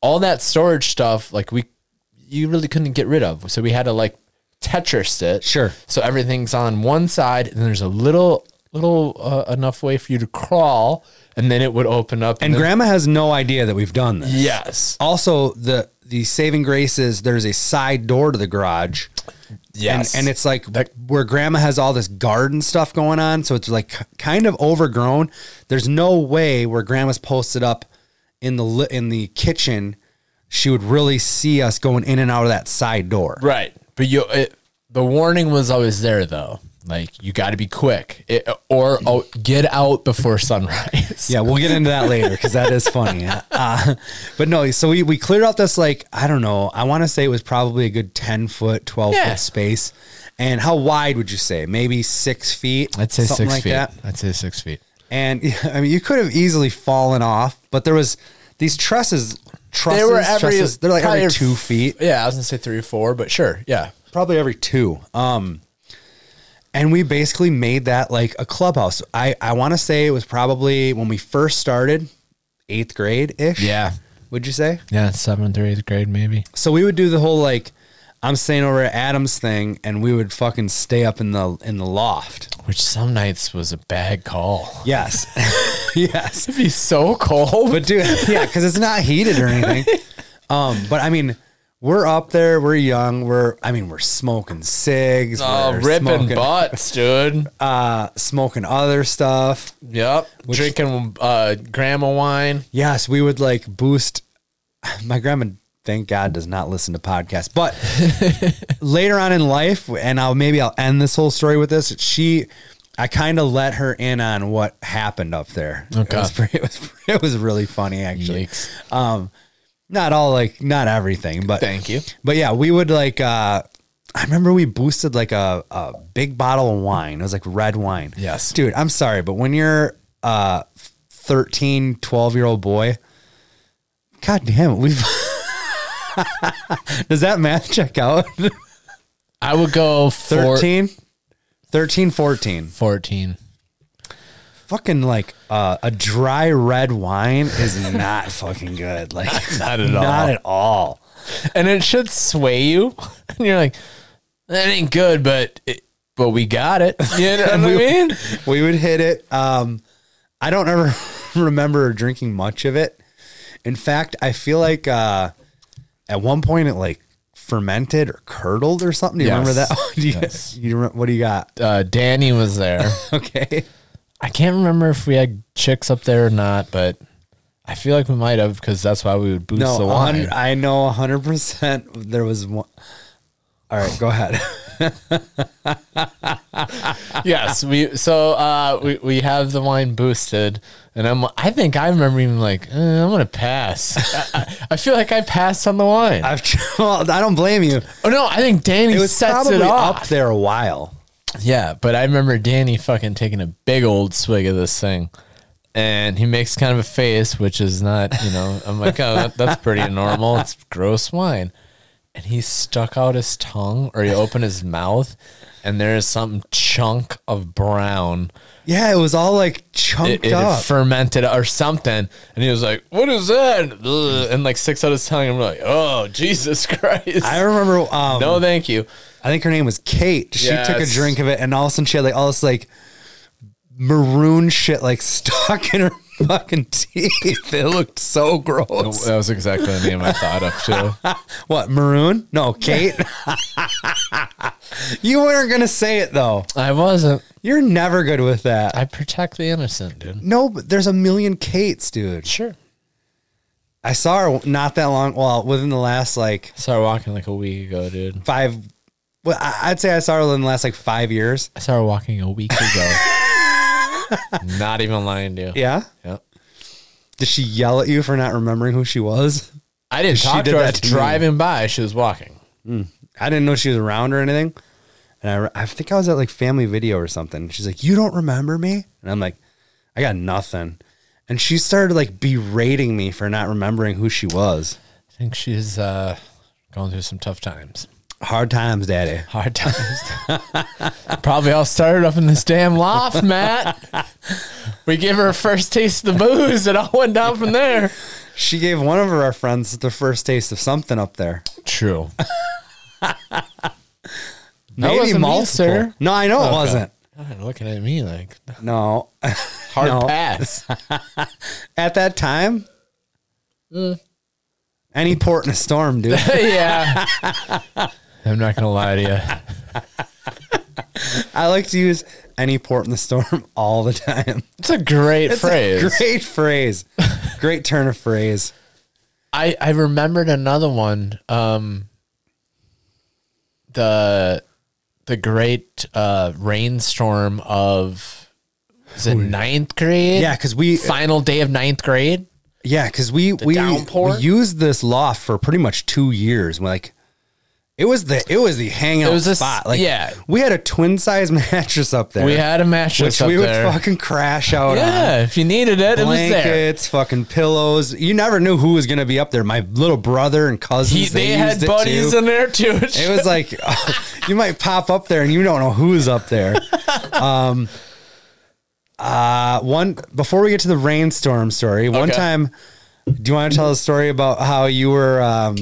S2: all that storage stuff like we you really couldn't get rid of. So we had to like Tetris it.
S1: Sure.
S2: So everything's on one side, and there's a little little uh, enough way for you to crawl, and then it would open up.
S1: And
S2: then-
S1: grandma has no idea that we've done this.
S2: Yes.
S1: Also, the the saving grace is there's a side door to the garage.
S2: Yes.
S1: And, and it's like where grandma has all this garden stuff going on. So it's like k- kind of overgrown. There's no way where grandma's posted up in the li- in the kitchen. She would really see us going in and out of that side door.
S2: Right. But you, it, the warning was always there though. Like you got to be quick, it, or oh, get out before sunrise.
S1: Yeah, we'll get into that later because that is funny. Uh, but no, so we, we cleared out this like I don't know. I want to say it was probably a good ten foot, twelve
S2: Yeah.
S1: foot space. And how wide would you say? Maybe six feet.
S2: I'd say
S1: something
S2: six
S1: like
S2: feet.
S1: that.
S2: I'd say six feet.
S1: And I mean, you could have easily fallen off, but there was these trusses. Trusses.
S2: they were every
S1: trusses, they're like every
S2: probably
S1: two
S2: f-
S1: feet,
S2: Yeah, I was gonna say three or four, but sure, yeah.
S1: probably every two. Um, and we basically made that like a clubhouse. I I want to say it was probably when we first started, eighth grade ish. Would you say?
S2: yeah, seventh or eighth grade maybe.
S1: So we would do the whole like I'm staying over at Adam's thing, and we would fucking stay up in the in the loft.
S2: Which some nights was a bad call.
S1: Yes, yes.
S2: It'd be so cold.
S1: But dude, yeah, because it's not heated or anything. Um, but I mean, We're up there. We're young. We're, I mean, we're smoking cigs.
S2: Oh,
S1: we're
S2: ripping
S1: smoking,
S2: butts, dude.
S1: uh, smoking other stuff.
S2: Yep. Drinking uh, grandma wine.
S1: Yes, we would like boost. My grandma, thank God, does not listen to podcasts. But later on in life, and I'll maybe I'll end this whole story with this. She, I kind of let her in on what happened up there.
S2: Okay.
S1: it was, pretty, it was, it was really funny actually.
S2: Yikes.
S1: Not all like not everything, but
S2: Thank you.
S1: But yeah, we would like. uh I remember we boosted like a, a big bottle of wine. It was like red wine.
S2: Yes.
S1: Dude, I'm sorry, but when you're uh 13, 12 year old boy, god damn it, we've Does that math check out?
S2: I would go four,
S1: 13? 13, 14.
S2: 14.
S1: Fucking like uh, a dry red wine is not fucking good. Like
S2: Not at all.
S1: Not at all.
S2: And it should sway you. And you're like, that ain't good, but it, but we got it. You know what I mean?
S1: we would hit it. Um, I don't ever remember drinking much of it. In fact, I feel like uh, at one point it like fermented or curdled or something. Do you remember
S2: Yes.
S1: that? do you,
S2: Yes.
S1: you remember, what do you got?
S2: Uh, Danny was there.
S1: Okay.
S2: I can't remember if we had chicks up there or not, but I feel like we might have because that's why we would boost
S1: No,
S2: the
S1: a
S2: wine.
S1: hundred- I know 100% there was one. All right, go ahead.
S2: yes, we so uh, we we have the wine boosted, and I'm I think I remember even like eh, I'm gonna pass. I, I- I feel like I passed on the wine.
S1: I've well, I don't blame you.
S2: oh no, I think Danny
S1: It was
S2: sets
S1: probably
S2: it
S1: up
S2: off.
S1: there a while.
S2: Yeah, but I remember Danny fucking taking a big old swig of this thing. And he makes kind of a face, which is not, you know, I'm like, oh, that, that's pretty normal. It's gross wine. And he stuck out his tongue or he opened his mouth, and there is some chunk of brown.
S1: Yeah, it was all like
S2: It,
S1: chunked
S2: it
S1: up.
S2: fermented or something. And he was like, what is that? Ugh, And like sticks out his tongue. And we're like, oh, Jesus Christ.
S1: I remember. Um,
S2: no, thank you.
S1: I think her name was Kate. She took a
S2: Yes.
S1: drink of it, and all of a sudden she had like all this like maroon shit like stuck in her fucking teeth. It looked so gross.
S2: That was exactly the name I thought of, too.
S1: What maroon? No, Kate. you weren't gonna say it though.
S2: I wasn't.
S1: You're never good with that.
S2: I protect the innocent, dude.
S1: No, but there's a million Kates, dude.
S2: Sure.
S1: I saw her not that long. Well, within the last like
S2: Started walking like a week ago, dude.
S1: five. Well, I- I'd say I saw her in the last like five years.
S2: I started walking a week ago. Not even lying to you.
S1: Yeah.
S2: Yep.
S1: Did she yell at you for not remembering who she was?
S2: I didn't
S1: She
S2: talk
S1: did
S2: to her. I
S1: that
S2: was
S1: to me.
S2: driving by. She was walking.
S1: I didn't know she was around or anything. And I, re- I think I was at like family video or something. She's like, You don't remember me? And I'm like, I got nothing. And she started like berating me for not remembering who she was.
S2: I think she's uh, going through some tough times.
S1: Hard times, daddy.
S2: Hard times. Probably all started up in this damn loft, Matt. We gave her a first taste of the booze. It all went down from there.
S1: She gave one of our friends the first taste of something up there.
S2: True.
S1: Maybe
S2: wasn't me,
S1: multiple.
S2: sir.
S1: No, I know it wasn't.
S2: Looking at me like
S1: No.
S2: hard
S1: No.
S2: pass.
S1: at that time,
S2: Mm.
S1: any port in a storm, dude.
S2: yeah. I'm not gonna lie to you.
S1: I like to use any port in the storm all the time.
S2: It's a great
S1: It's a
S2: phrase.
S1: great phrase. Great turn of phrase.
S2: I I remembered another one. Um, the the great uh, rainstorm of is it ninth grade?
S1: Yeah, because we uh,
S2: Final day of ninth grade.
S1: yeah, because we we,
S2: downpour?
S1: we used this loft for pretty much two years. We're like it was the it was the hangout
S2: It was a s-
S1: spot. Like
S2: yeah.
S1: we had a twin size mattress up there.
S2: We had a mattress
S1: which
S2: up
S1: we would
S2: there.
S1: fucking crash out on.
S2: yeah, if you needed it, it was there.
S1: Blankets, fucking pillows. You never knew who was gonna be up there. My little brother and cousins.
S2: He, they, had
S1: used it
S2: buddies
S1: too.
S2: in there too.
S1: It was like you might pop up there and you don't know who's up there. Um, uh, one before we get to the rainstorm story, one
S2: Okay.
S1: time, do you want to tell a story about how you were? Um,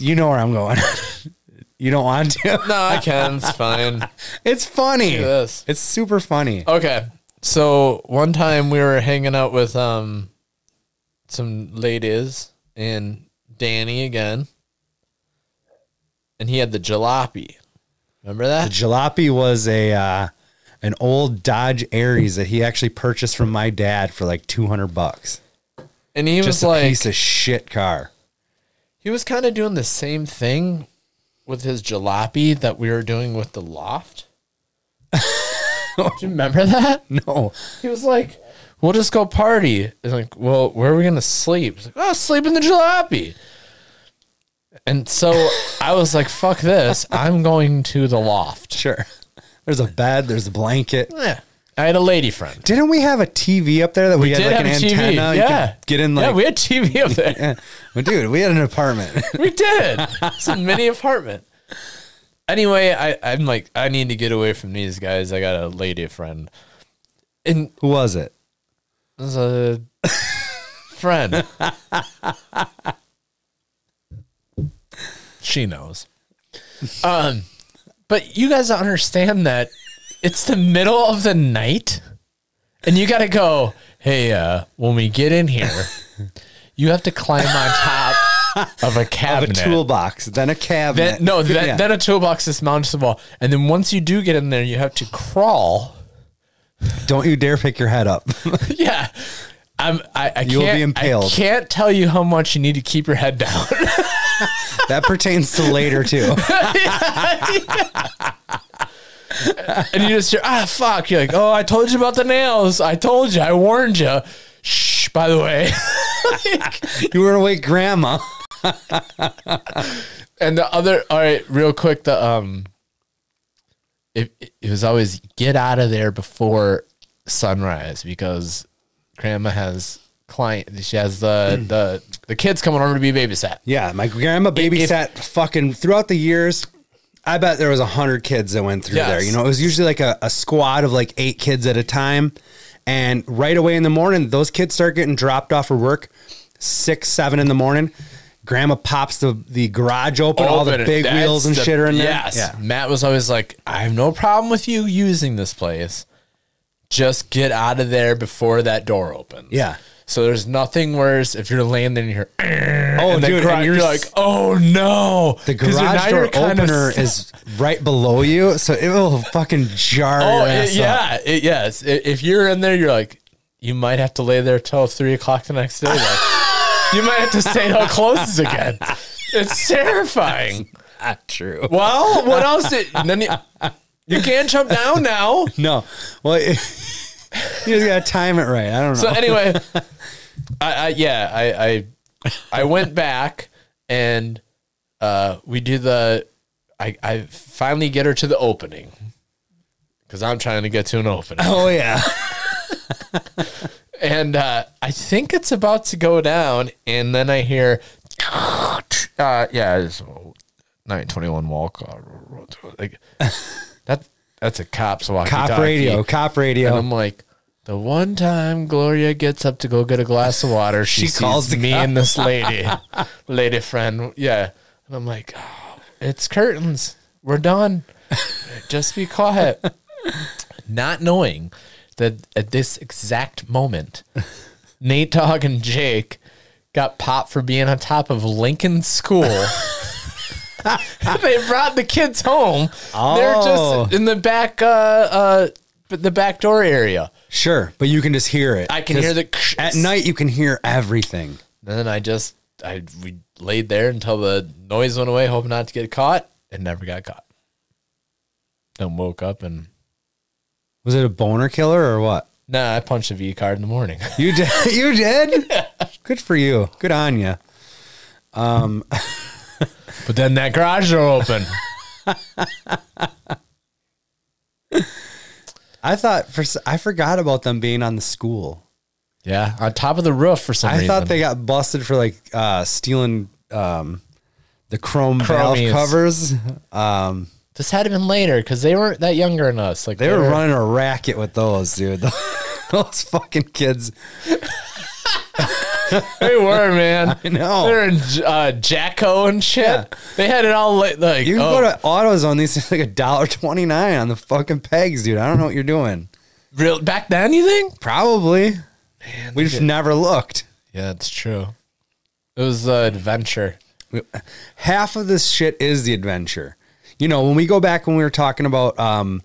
S1: you know where I'm going. you don't want to.
S2: no, I can. It's fine.
S1: It's funny.
S2: Look at this.
S1: It's super funny.
S2: Okay. So one time we were hanging out with um some ladies and Danny again, and he had the jalopy. Remember
S1: The
S2: that?
S1: jalopy was a uh, an old Dodge Aries that he actually purchased from my dad for like two hundred bucks.
S2: And he
S1: Just
S2: was
S1: a
S2: like,
S1: piece of shit car.
S2: he was kind of doing the same thing with his jalopy that we were doing with the loft. Do you remember that?
S1: No,
S2: He was like, "We'll just go party." And like, well, where are we gonna sleep? He's like, oh, sleep in the jalopy. And so I was like, "Fuck this! I'm going to the loft."
S1: sure. There's a bed. There's a blanket.
S2: Yeah. I had a lady friend.
S1: Didn't we have a TV up there that we, had
S2: Did
S1: like
S2: have
S1: an
S2: a TV.
S1: antenna? You
S2: Yeah.
S1: could get in like.
S2: yeah, we had TV up there.
S1: Yeah. Well, dude, we had an apartment.
S2: we did. It's a mini apartment. Anyway, I, I'm like, I need to get away from these guys. I got a lady friend. And
S1: Who was it?
S2: there's a friend. she knows. Um, but you guys understand that it's the middle of the night, and you got to go. Hey, uh, when we get in here, you have to climb on top of a
S1: Of a
S2: cabinet.
S1: toolbox, then a cabinet.
S2: Then, no, then,
S1: Yeah.
S2: then a toolbox is mounted to the wall, and then once you do get in there, you have to crawl.
S1: Don't you dare pick your head up.
S2: yeah, I'm. I, I
S1: You will be
S2: can't,
S1: impaled.
S2: I can't tell you how much you need to keep your head down.
S1: that pertains to later too.
S2: and you just hear, ah, fuck. You're like, oh, I told you about the nails. I told you. I warned you. Shh. By the way.
S1: You were awake, Grandma.
S2: and the other all right real quick the um it, it was always get out of there before sunrise because grandma has client she has the
S1: Mm.
S2: the the kids coming over to be babysat
S1: Yeah, my grandma babysat fucking throughout the years. I bet there was a hundred kids that went through
S2: Yes.
S1: there. You know, it was usually like a, a squad of like eight kids at a time. And right away in the morning, those kids start getting dropped off for work, six, seven in the morning. Grandma pops the, the garage open, all the
S2: Open it.
S1: big
S2: That's
S1: wheels and
S2: the-
S1: shit are in there.
S2: Yes.
S1: Yeah.
S2: Matt was always like, I have no problem with you using this place. Just get out of there before that door opens.
S1: Yeah.
S2: So there's nothing worse if you're laying there and you're,
S1: Oh,
S2: and the
S1: dude,
S2: gar-
S1: and
S2: you're,
S1: you're
S2: like, oh no.
S1: The
S2: 'Cause you're- now
S1: garage
S2: you're
S1: door
S2: kind of
S1: opener
S2: stuck.
S1: is right below you, so it will fucking jar
S2: Oh,
S1: your ass up.
S2: it- yeah. It, yes. I- if you're in there, you're like, you might have to lay there till three o'clock the next day. Like, you might have to stay till it closes again. It's terrifying.
S1: Not true.
S2: Well, what else? Did, and then you, you can't jump down now.
S1: No. Well, it, you just gotta time it right. I don't know.
S2: So anyway, I, I yeah, I, I I went back and uh, we do the. I, I finally get her to the opening because I'm trying to get to an opening,
S1: oh yeah.
S2: and uh, I think it's about to go down, and then I hear, uh, yeah, it's 921 walk, uh, like that. That's a cop's walkie.
S1: Cop radio. Cop radio.
S2: And I'm like, the one time Gloria gets up to go get a glass of water, she,
S1: She calls
S2: calls
S1: the
S2: me
S1: cop.
S2: and this lady, lady friend. Yeah. And I'm like, oh, it's curtains. We're done. Just be quiet. Not knowing that at this exact moment, Nate Dogg and Jake got popped for being on top of Lincoln School. they brought the kids home. They're
S1: Oh.
S2: just in the back, uh, uh, but the back door area.
S1: Sure, but you can just hear it.
S2: I can hear the
S1: at night. You can hear everything.
S2: And then I just I we laid there until the noise went away, hoping not to get caught, and never got caught. Then woke up and
S1: Was it a boner killer or what?
S2: nah, I punched a V card in the morning.
S1: You did. You did. Good for you. Good on you.
S2: but then that garage door opened.
S1: I thought for s- I forgot about them being on the school.
S2: yeah, on top of the roof for some
S1: I
S2: reason.
S1: thought they got busted for like uh, stealing um, the chrome valve
S2: Chromies.
S1: covers. Um,
S2: this had to have been later because they weren't that younger than us. Like
S1: They were running a racket with those, dude. Those fucking kids.
S2: They were man.
S1: I know.
S2: They're in uh, Jacko and shit. They had it all lit, like
S1: You can
S2: oh,
S1: go to AutoZone. These are like a dollar twenty nine on the fucking pegs, dude. I don't know what you're doing.
S2: real back then. You think?
S1: Probably. We've never looked.
S2: Yeah, it's true. It was the adventure.
S1: half of this shit is the adventure. You know, when we go back when we were talking about um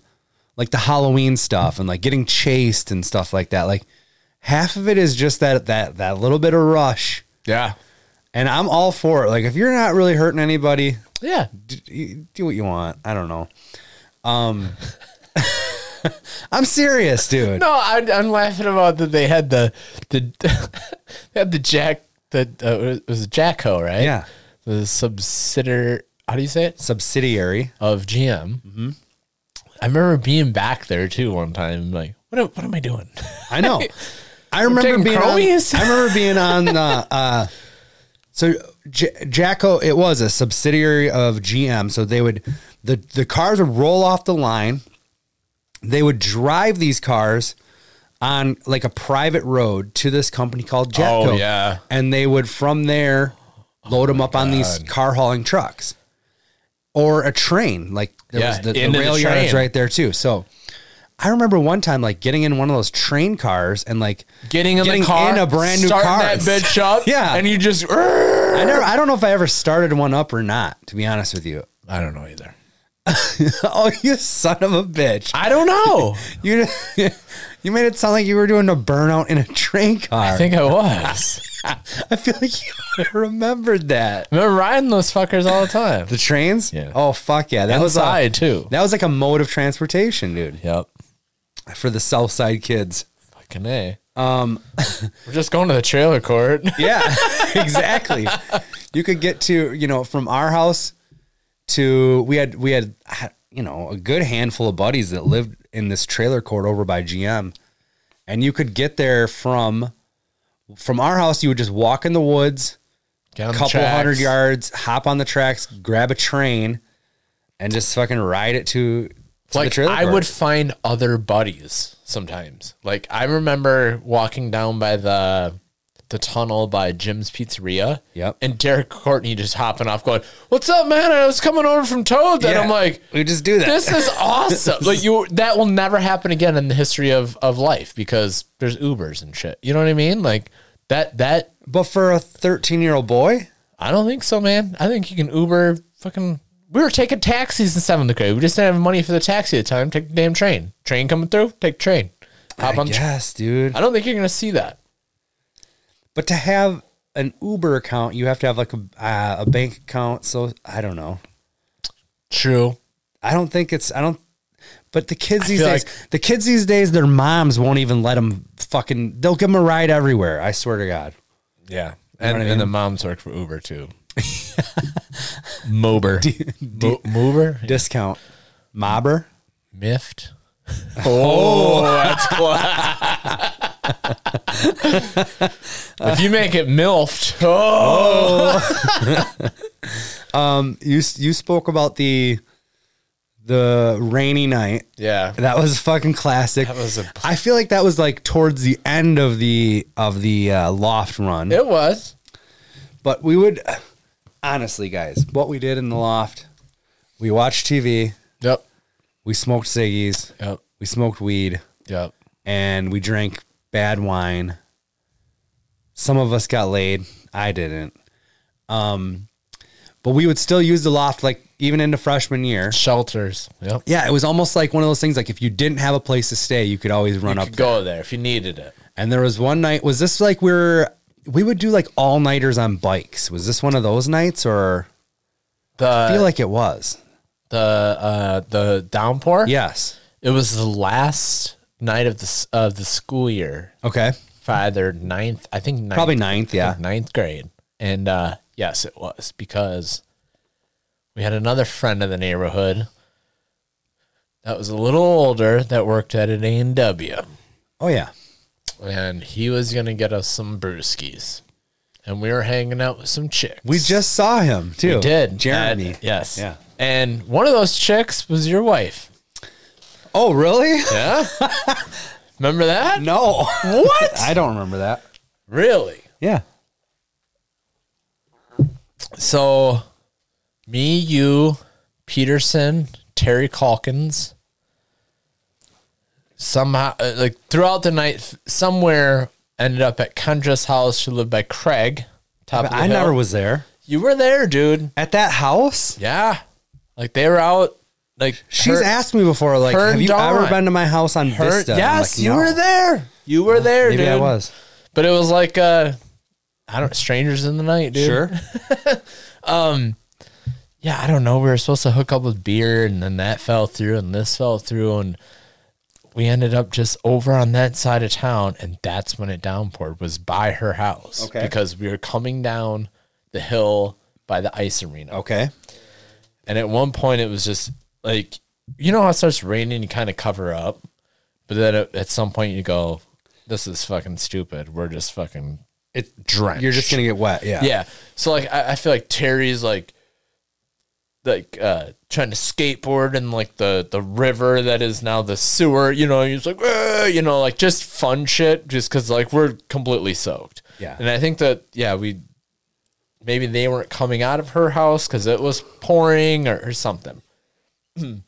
S1: like the Halloween stuff and like getting chased and stuff like that, like half of it is just that that that little bit of rush.
S2: Yeah.
S1: And I'm all for it. Like if you're not really hurting anybody,
S2: Yeah.
S1: d- you- do what you want. I don't know. Um I'm serious, dude.
S2: No, I, I'm laughing about that. They had the the they had the jack the uh, it was a Jacko, right?
S1: Yeah.
S2: The subsidiary. How do you say it?
S1: Subsidiary.
S2: Of GM. Mm-hmm. I remember being back there too one time. Like, what am, what am I doing?
S1: I know. I remember
S2: taking
S1: being on,
S2: Crowies?
S1: I remember being on the uh so J- Jacko it was a subsidiary of GM so they would the the cars would roll off the line they would drive these cars on like a private road to this company called Jacko
S2: Oh, yeah. Oh
S1: and they would from there load them up on these car hauling trucks or a train like there
S2: Yeah,
S1: was the, the
S2: into the
S1: rail yards
S2: train.
S1: right there too so I remember one time like getting in one of those train cars and like
S2: Getting in
S1: Getting
S2: the car,
S1: in a brand new
S2: starting
S1: car.
S2: that bitch up,
S1: Yeah.
S2: and you just.
S1: I never I don't know if I ever started one up or not to be honest with you.
S2: I don't know either.
S1: oh, you son of a bitch.
S2: I don't know.
S1: You you made it sound like you were doing a burnout in a train car.
S2: I think I was.
S1: I feel like you remembered that.
S2: I remember riding those fuckers all the time.
S1: The trains?
S2: Yeah.
S1: Oh fuck yeah. That
S2: Inside
S1: was a,
S2: too.
S1: That was like a mode of transportation, dude,
S2: Yep.
S1: for the south side kids.
S2: Fucking a. Um, we're just going to the trailer court.
S1: Yeah, exactly. You could get to you know from our house to we had we had you know a good handful of buddies that lived in this trailer court over by GM, and you could get there from from our house. You would just walk in the woods,
S2: Get on the
S1: couple
S2: tracks.
S1: hundred yards, hop on the tracks, grab a train, and just fucking ride it to. to the
S2: Like
S1: trailer
S2: I
S1: court.
S2: would find other buddies sometimes. Like I remember walking down by the the tunnel by Jim's Pizzeria.
S1: Yep.
S2: And Derek Courtney just hopping off, going, "What's up, man? I was coming over from Toads," and
S1: Yeah,
S2: I'm like.
S1: we just do that.
S2: This is awesome. Like you, that will never happen again in the history of, of life because there's Ubers and shit. You know what I mean? Like that that
S1: but for a thirteen-year-old boy,
S2: I don't think so, man. I think you can Uber fucking. We were taking taxis in seventh grade. We just didn't have money for the taxi at the time. Take the damn train. Train coming through. Take the train. Hop
S1: I
S2: on. the Tra-
S1: guess, dude.
S2: I don't think you're gonna see that.
S1: But to have an Uber account, you have to have like a uh, a bank account. So I don't know.
S2: True.
S1: I don't think it's I don't. But the kids these
S2: feel
S1: days, the kids these days, their moms won't even let them fucking. They'll give them a ride everywhere. I swear to God.
S2: Yeah,
S1: know
S2: and,
S1: what I
S2: and the moms work for Uber too. Mober, Mo- Mover,
S1: Discount, mobber.
S2: Miffed. Oh, that's close. if you make it milfed, oh,
S1: You s- you spoke about the the rainy night.
S2: yeah,
S1: That was fucking classic. That
S2: was a-
S1: I feel like that was like towards the end of the of the uh, loft run.
S2: it was.
S1: But we would, honestly, guys, what we did in the loft, we watched TV,
S2: Yep,
S1: we smoked ciggies,
S2: yep,
S1: we smoked weed,
S2: yep.
S1: and we drank bad wine. Some of us got laid. I didn't. Um, but we would still use the loft, like even into freshman year.
S2: Shelters. Yep.
S1: Yeah, it was almost like one of those things. Like if you didn't have a place to stay, you could always run
S2: You
S1: up.
S2: could go there if you needed it.
S1: And there was one night. Was this like we were? We would do like all nighters on bikes. Was this one of those nights, or
S2: The
S1: I feel like it was?
S2: the uh, the downpour.
S1: Yes.
S2: it was the last night of the s- of the school year
S1: Okay.
S2: for either ninth, I think ninth,
S1: Probably ninth, yeah.
S2: ninth grade, and uh, yes, it was because we had another friend in the neighborhood that was a little older that worked at an A and W,
S1: Oh yeah.
S2: and he was gonna get us some brewskis, and we were hanging out with some chicks.
S1: We just saw him too.
S2: We did.
S1: Jeremy.
S2: Uh, yes.
S1: Yeah.
S2: And one of those chicks was your wife.
S1: Oh really?
S2: Yeah. Remember that?
S1: No.
S2: What?
S1: I don't remember that.
S2: Really?
S1: Yeah.
S2: So, me, you, Peterson, Terry Calkins, somehow, uh, like throughout the night, f- somewhere ended up at Kendra's house. She lived by Craig, Top of
S1: But
S2: the
S1: I
S2: hill.
S1: never was there
S2: You were there, dude.
S1: at that house.
S2: Yeah, like they were out. Like
S1: She's
S2: her-
S1: asked me before, like,
S2: her
S1: have you
S2: Dawn.
S1: ever been to my house on
S2: her-
S1: Vista? I'm
S2: yes,
S1: like,
S2: you
S1: "No."
S2: were there. You were there,
S1: Maybe
S2: dude.
S1: I was.
S2: But it was like uh I don't strangers in the night, dude. Yeah, I don't know. We were supposed to hook up with beer and then that fell through and this fell through and we ended up just over on that side of town and that's when it downpoured was by her house.
S1: Okay.
S2: Because we were coming down the hill by the ice arena.
S1: Okay.
S2: And at one point, it was just like, you know how it starts raining, you kind of cover up, but then at, at some point you go, "This is fucking stupid. We're just fucking
S1: It's
S2: drenched."
S1: You're just gonna get wet. Yeah.
S2: yeah. So like, I, I feel like Terry's like, like uh trying to skateboard in like the the river that is now the sewer. You know, he's like, "Ah," you know, like just fun shit, just because like we're completely soaked.
S1: Yeah.
S2: And I think that yeah we. Maybe they weren't coming out of her house because it was pouring or, or something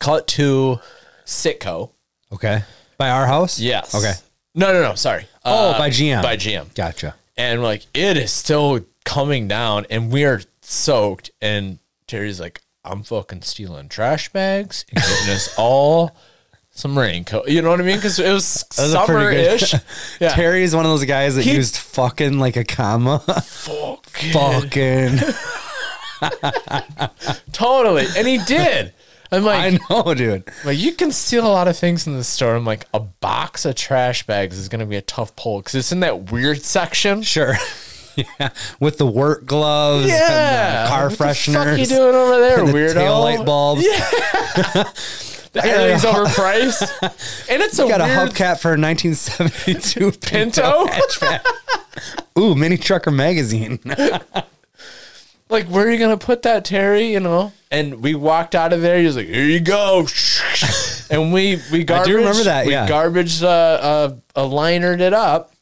S2: cut to Sitco.
S1: Okay. By our house.
S2: Yes.
S1: Okay.
S2: No, no, no. Sorry. Uh,
S1: Oh, by GM.
S2: By GM.
S1: Gotcha.
S2: And like it is still coming down, and we are soaked. And Terry's like, "I'm fucking stealing trash bags and getting us all some raincoat." You know what I mean? Because it was
S1: was a
S2: summer
S1: pretty good-
S2: ish. Yeah.
S1: Terry is one of those guys that
S2: He-
S1: used fucking like a comma.
S2: Fuck.
S1: fucking.
S2: Totally. And he did. I'm like,
S1: I know, dude.
S2: Like you can steal a lot of things in the store. I'm like, a box of trash bags is gonna be a tough pull because it's in that weird section.
S1: Sure. yeah. With the work gloves. and the
S2: Yeah,
S1: car
S2: what
S1: fresheners.
S2: The fuck you doing over there,
S1: and the
S2: weirdo?
S1: tail light bulbs.
S2: Yeah, everything's overpriced, and it's a
S1: Got a
S2: weird
S1: hubcap for a 1972
S2: Pinto.
S1: Ooh, Mini Trucker Magazine.
S2: like, where are you gonna put that, Terry? You know. And we walked out of there. He was like, "Here you go," and we we garbage.
S1: remember that,
S2: We
S1: yeah.
S2: garbage uh, uh, uh, linered it up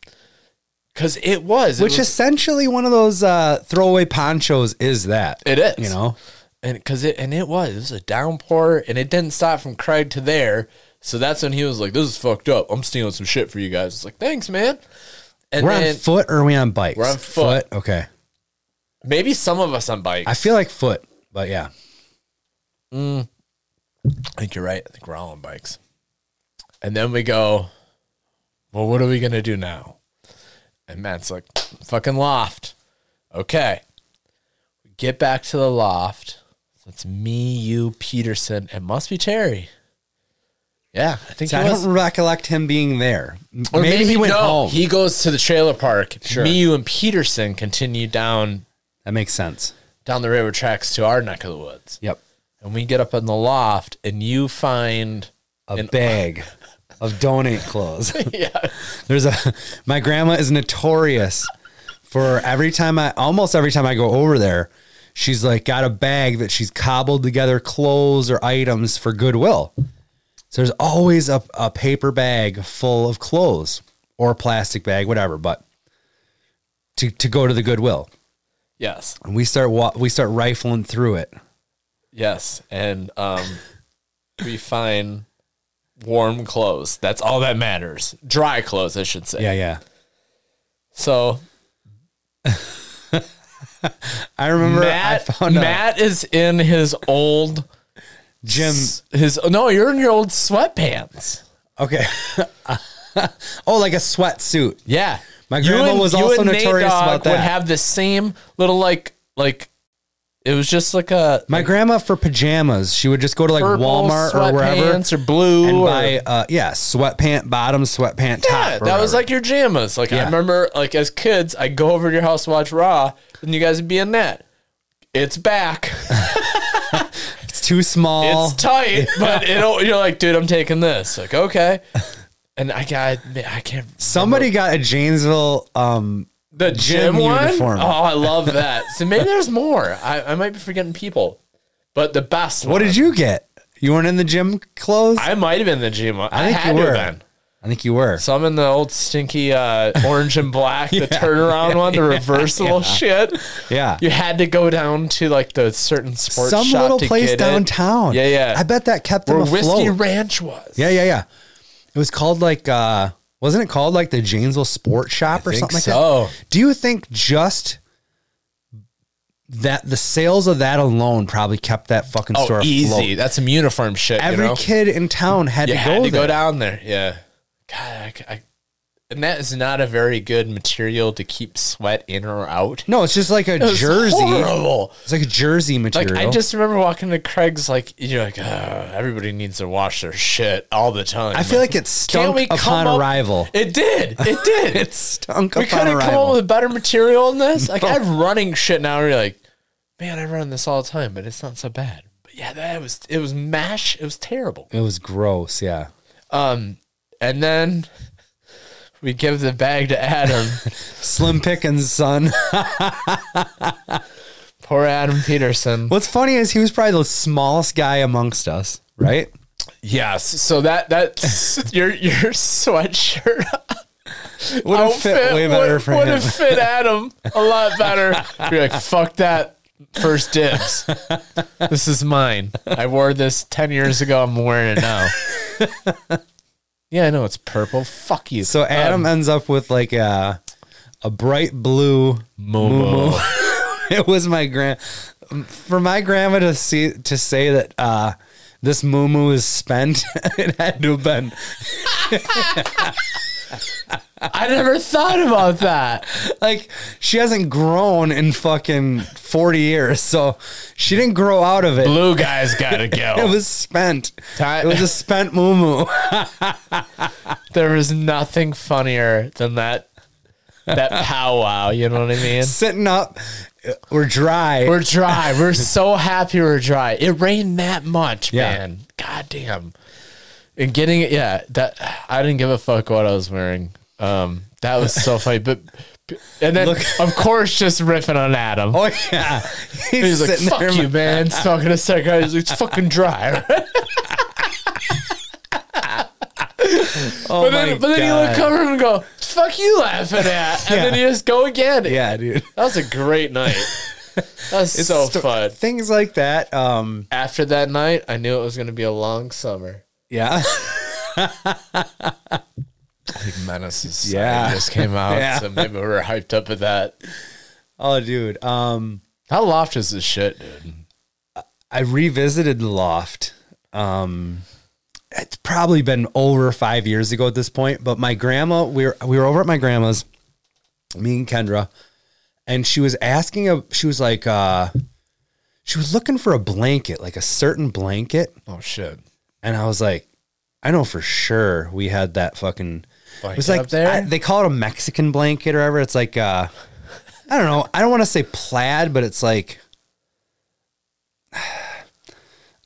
S2: because it was, it
S1: Which
S2: was-
S1: essentially one of those uh, throwaway ponchos is that.
S2: It is.
S1: You know?
S2: and because it and it was it was a downpour and it didn't stop from Craig to there. So that's when he was like, "This is fucked up. I'm stealing some shit for you guys." It's like, "Thanks, man." And
S1: We're
S2: then
S1: on foot or are we on bikes?
S2: We're on foot.
S1: Okay.
S2: maybe some of us on bikes.
S1: I feel like foot, but yeah.
S2: I think you're right. I think we're all on bikes. And then we go, well, what are we going to do now? And Matt's like, fucking loft. Okay. We get back to the loft. So it's me, you, Peterson. It must be Terry. Yeah, I think
S1: So
S2: he
S1: I
S2: was.
S1: don't recollect him being there. M-
S2: Or
S1: maybe, he went
S2: no,
S1: home.
S2: He goes to the trailer park. Me, you, and Peterson continue down
S1: that makes sense.
S2: down the railroad tracks to our neck of the woods.
S1: Yep.
S2: And we get up in the loft, and you find
S1: A
S2: And-
S1: bag of donate clothes.
S2: yeah,
S1: There's a my grandma is notorious for every time I almost every time I go over there, she's like got a bag that she's cobbled together clothes or items for Goodwill. So there's always a, a paper bag full of clothes or a plastic bag, whatever, but to, to go to the Goodwill.
S2: yes.
S1: And we start wa- we start rifling through it.
S2: Yes, and um, we find warm clothes. That's all that matters. Dry clothes, I should say.
S1: Yeah, yeah.
S2: So
S1: I remember
S2: Matt,
S1: I found a
S2: Matt is in his old
S1: Jim.
S2: His oh, no, you're in your old sweatpants.
S1: Okay. oh, like a sweatsuit.
S2: Yeah,
S1: My grandma was also
S2: Nate
S1: notorious
S2: Dogg
S1: about
S2: Would
S1: that.
S2: have the same little like like. It was just like a
S1: My grandma for pajamas, she would just go to like
S2: purple
S1: Walmart or wherever
S2: sweatpants or blue
S1: and
S2: or-
S1: buy uh yeah, sweatpant bottom, sweatpant top.
S2: Yeah,
S1: or
S2: that was
S1: whatever.
S2: like your jammas. Like I
S1: Yeah.
S2: remember, like as kids, I would go over to your house to watch Raw, and you guys would be in that. It's back.
S1: it's too small.
S2: It's tight, but it'll. You're like, dude, I'm taking this. Like, okay. And I got, man, I can't.
S1: Somebody got a Janesville um
S2: the gym,
S1: gym
S2: one.
S1: uniform.
S2: Oh, I love that. So maybe there's more. I, I might be forgetting people, but the best.
S1: what did you get? You weren't in the gym clothes? I,
S2: I might have been the gym one. I,
S1: think
S2: had
S1: you
S2: to
S1: were.
S2: have been.
S1: think you were.
S2: So I'm in the old stinky uh, orange and black, the turnaround one, the reversible shit.
S1: yeah.
S2: You had to go down to like the certain sports
S1: Some
S2: shop
S1: little
S2: to
S1: place
S2: get it.
S1: downtown.
S2: Yeah, yeah.
S1: I bet that kept them
S2: where Whiskey
S1: afloat.
S2: Ranch was.
S1: yeah, yeah, yeah. It was called like uh Wasn't it called like the Janesville Sport Shop or
S2: think
S1: something like
S2: so.
S1: that? Do you think just that the sales of that alone probably kept that fucking store
S2: Oh, easy.
S1: afloat?
S2: That's some uniform shit.
S1: Every
S2: you know?
S1: kid in town had
S2: you
S1: to
S2: had
S1: go
S2: to
S1: there.
S2: go down there. Yeah. God, I, c- I- and that is not a very good material to keep sweat in or out.
S1: No, it's just like a
S2: It was
S1: jersey.
S2: horrible.
S1: It's like a jersey
S2: Like
S1: material.
S2: I just remember walking to Craig's. Like you're like, "Ugh, everybody needs to wash their shit all the time.
S1: I feel like it
S2: Can't
S1: stunk
S2: we
S1: upon
S2: come up-
S1: arrival.
S2: It did. It did.
S1: It stunk
S2: We
S1: upon
S2: couldn't come
S1: arrival.
S2: up with better material than this. Like I have running shit now. Where you're like, man, I run this all the time, but it's not so bad. But yeah, that was it was mash. It was terrible.
S1: It was gross. Yeah.
S2: Um, and then we give the bag to Adam.
S1: Slim Pickens' son.
S2: Poor Adam Peterson.
S1: What's funny is he was probably the smallest guy amongst us, right?
S2: Yes. So that that's your your sweatshirt
S1: Would have fit way better for
S2: would
S1: him.
S2: have fit Adam a lot better. You're like, fuck that first dibs. This is mine. I wore this ten years ago. I'm wearing it now. Yeah, I know it's purple. Fuck you.
S1: So Adam
S2: Um,
S1: ends up with like a a bright blue.
S2: Momo.
S1: It was my grand for my grandma to see to say that uh, this moo is spent. it had to have been.
S2: I never thought about that.
S1: like she hasn't grown in fucking 40 years so she didn't grow out of it
S2: Blue guy's gotta go.
S1: it was spent
S2: Ti-
S1: it was a spent moo moo
S2: there was nothing funnier than that that powwow. You know what I mean?
S1: sitting up we're dry
S2: We're dry. We're so happy we're dry. It rained that much,
S1: Yeah.
S2: man. God damn. And getting it, yeah. That I didn't give a fuck what I was wearing. Um, that was so funny. But and then
S1: Look-
S2: of course just riffing on Adam.
S1: oh yeah
S2: He's like,
S1: sitting
S2: "Fuck
S1: there,
S2: you, man! Smoking a cigarette. He's like, it's fucking dry."
S1: oh
S2: but then,
S1: my
S2: but then you look
S1: God.
S2: over and go, "Fuck you, laughing at," and
S1: Yeah.
S2: then you just go again.
S1: yeah dude
S2: that was a great night. That was so
S1: Sto-
S2: fun.
S1: things like that um
S2: After that night, I knew it was going to be a long summer.
S1: yeah
S2: Menace is
S1: Yeah.
S2: just came out,
S1: Yeah.
S2: so maybe we were hyped up at that.
S1: oh dude um
S2: How loft is this shit, dude?
S1: i revisited the loft um it's probably been over five years ago at this point, but my grandma, we were, we were over at my grandma's, me and Kendra, and she was asking, a, she was like, uh, she was looking for a blanket, like a certain blanket.
S2: Oh shit!
S1: And I was like, I know for sure we had that fucking, it was
S2: Blanket
S1: like,
S2: up there?
S1: I- they call it a Mexican blanket or whatever. It's like, uh, I don't know. I don't want to say plaid, but it's like,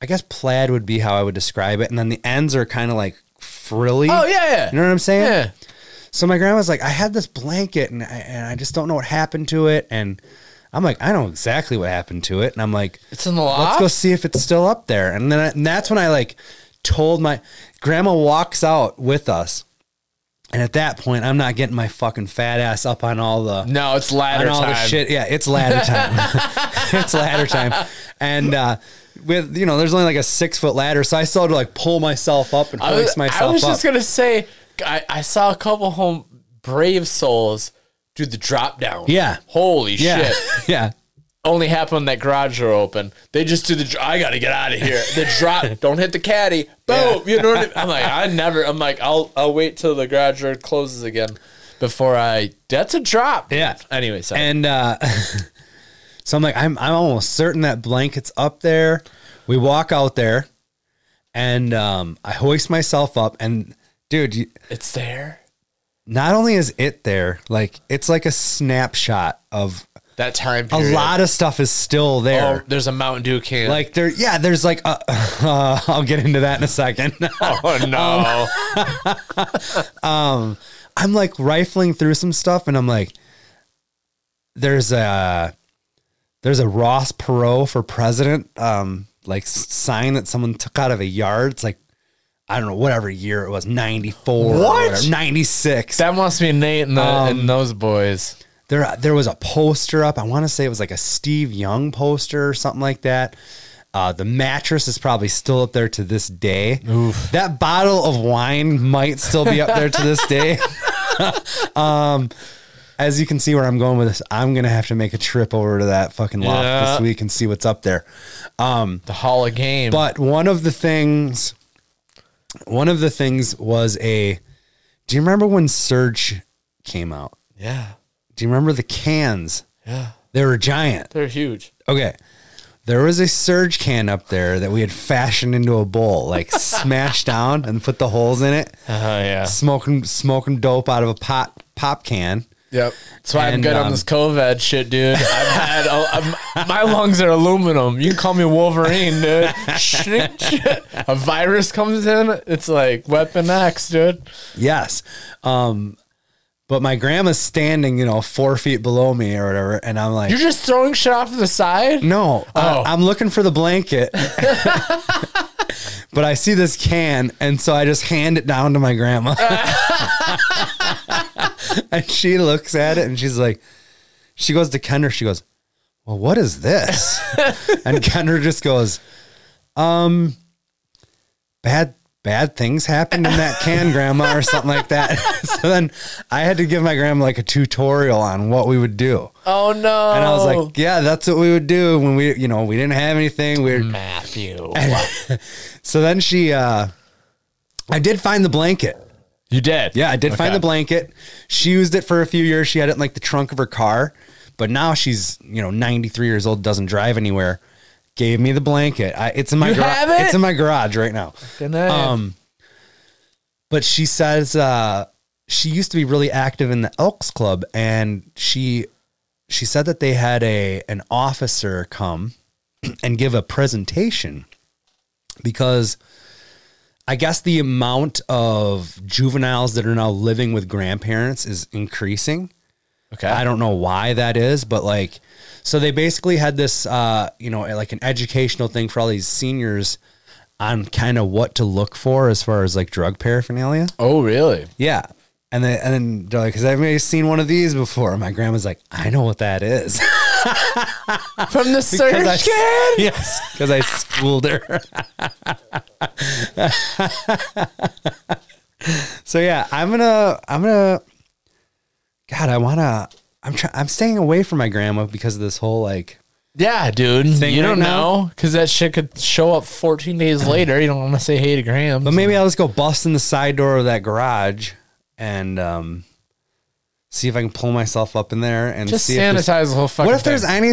S1: I guess plaid would be how I would describe it. And then the ends are kind of like frilly.
S2: Oh yeah, yeah.
S1: You know what I'm saying?
S2: yeah.
S1: So my grandma's like, I had this blanket and I, and I just don't know what happened to it. And I'm like, I know exactly what happened to it. And I'm like,
S2: It's in the
S1: let's
S2: loft.
S1: go see if it's still up there. And then I, and that's when I like told my grandma walks out with us. And at that point, I'm not getting my fucking fat ass up on all the
S2: no, it's ladder
S1: on all
S2: time.
S1: the shit. Yeah, it's ladder time. it's ladder time. And uh, with you know, there's only like a six foot ladder, so I still had to like pull myself up and
S2: I
S1: hoist
S2: was,
S1: myself
S2: I was
S1: up.
S2: just gonna say, I, I saw a couple home brave souls do the drop down.
S1: Yeah.
S2: Holy
S1: yeah,
S2: shit!
S1: yeah.
S2: only happen when that garage door open. They just do the. dr- I gotta get out of here. The drop. don't hit the caddy. Boom. You know what I mean? I'm like, I never. I'm like, I'll I'll wait till the garage door closes again before I. That's a drop.
S1: Yeah.
S2: Anyway, so
S1: And uh, so I'm like, I'm I'm almost certain that blanket's up there. We walk out there, and um, I hoist myself up, and dude, you-
S2: it's there.
S1: not only is it there, like it's like a snapshot of
S2: That time
S1: a
S2: period.
S1: lot of stuff is still
S2: Oh,
S1: there.
S2: there's a Mountain Dew can.
S1: Like there, yeah. There's like, uh, uh, I'll get into that in a second.
S2: oh no.
S1: um, I'm like rifling through some stuff, and I'm like, there's a there's a Ross Perot for president, um, like s- sign that someone took out of a yard. It's like I don't know whatever year it was, ninety four,
S2: What?
S1: ninety six.
S2: that must be Nate and, the,
S1: um,
S2: and those boys.
S1: There there was a poster up. I want to say it was like a Steve Young poster or something like that. Uh, the mattress is probably still up there to this day. That bottle of wine might still be up there to this day. um, as you can see where I'm going with this, I'm gonna have to make a trip over to that fucking loft
S2: Yeah.
S1: this week and see what's up there.
S2: The Hall of Game.
S1: But one of the things, one of the things was a. Do you remember when Surge came out?
S2: yeah,
S1: Do you remember the cans?
S2: yeah,
S1: They were giant.
S2: they're huge.
S1: Okay. There was a surge can up there that we had fashioned into a bowl, like smashed down and put the holes in it,
S2: Uh, yeah,
S1: smoking smoking dope out of a pot pop can.
S2: yep. That's why I'm
S1: And,
S2: good
S1: um,
S2: on this COVID shit, dude. I've had a, I'm, my lungs are aluminum. You can call me Wolverine, dude. a virus comes in, it's like Weapon X, dude.
S1: Yes. Um but my grandma's standing, you know, four feet below me or whatever, and I'm like
S2: You're just throwing shit off to the side.
S1: No, I-
S2: Oh.
S1: I'm looking for the blanket. but I see this can, and so I just hand it down to my grandma. and she looks at it and she's like, she goes to Kendra, she goes, Well, what is this? and Kendra just goes, Um, bad. Bad things happened in that can, grandma, or something like that. so then I had to give my grandma like a tutorial on what we would do.
S2: Oh no!
S1: And I was like, yeah, that's what we would do when we, you know, we didn't have anything. We
S2: Mm-hmm.
S1: were
S2: Matthew,
S1: so then she, uh, I did find the blanket.
S2: you did?
S1: Yeah, I did find
S2: Okay.
S1: the blanket. She used it for a few years. She had it in like the trunk of her car, but now she's you know 93 years old, doesn't drive anywhere. Gave me the blanket. I, it's in my
S2: You
S1: garage.
S2: have it?
S1: It's in my garage right now.
S2: Good night.
S1: Um, but she says uh, she used to be really active in the Elks Club, and she she said that they had a an officer come and give a presentation because I guess the amount of juveniles that are now living with grandparents is increasing.
S2: okay.
S1: I don't know why that is, but like, so they basically had this, uh, you know, like an educational thing for all these seniors on kind of what to look for as far as like drug paraphernalia.
S2: oh really?
S1: Yeah. And then, and then they're like, has anybody seen one of these before? And my grandma's like, I know what that is.
S2: From the surge
S1: I-
S2: can?
S1: Yes, because I schooled her. so yeah, I'm gonna, I'm gonna. God, I wanna. I'm trying. I'm staying away from my grandma because of this whole like.
S2: Yeah, dude.
S1: Thing
S2: you
S1: right
S2: don't
S1: now?
S2: know because that shit could show up 14 days later. You don't want to say hey to Graham.
S1: But maybe I'll just go bust in the side door of that garage and um, see if I can pull myself up in there and
S2: just
S1: see. If there's-
S2: sanitize the whole fucking.
S1: what if there's
S2: thing.
S1: any?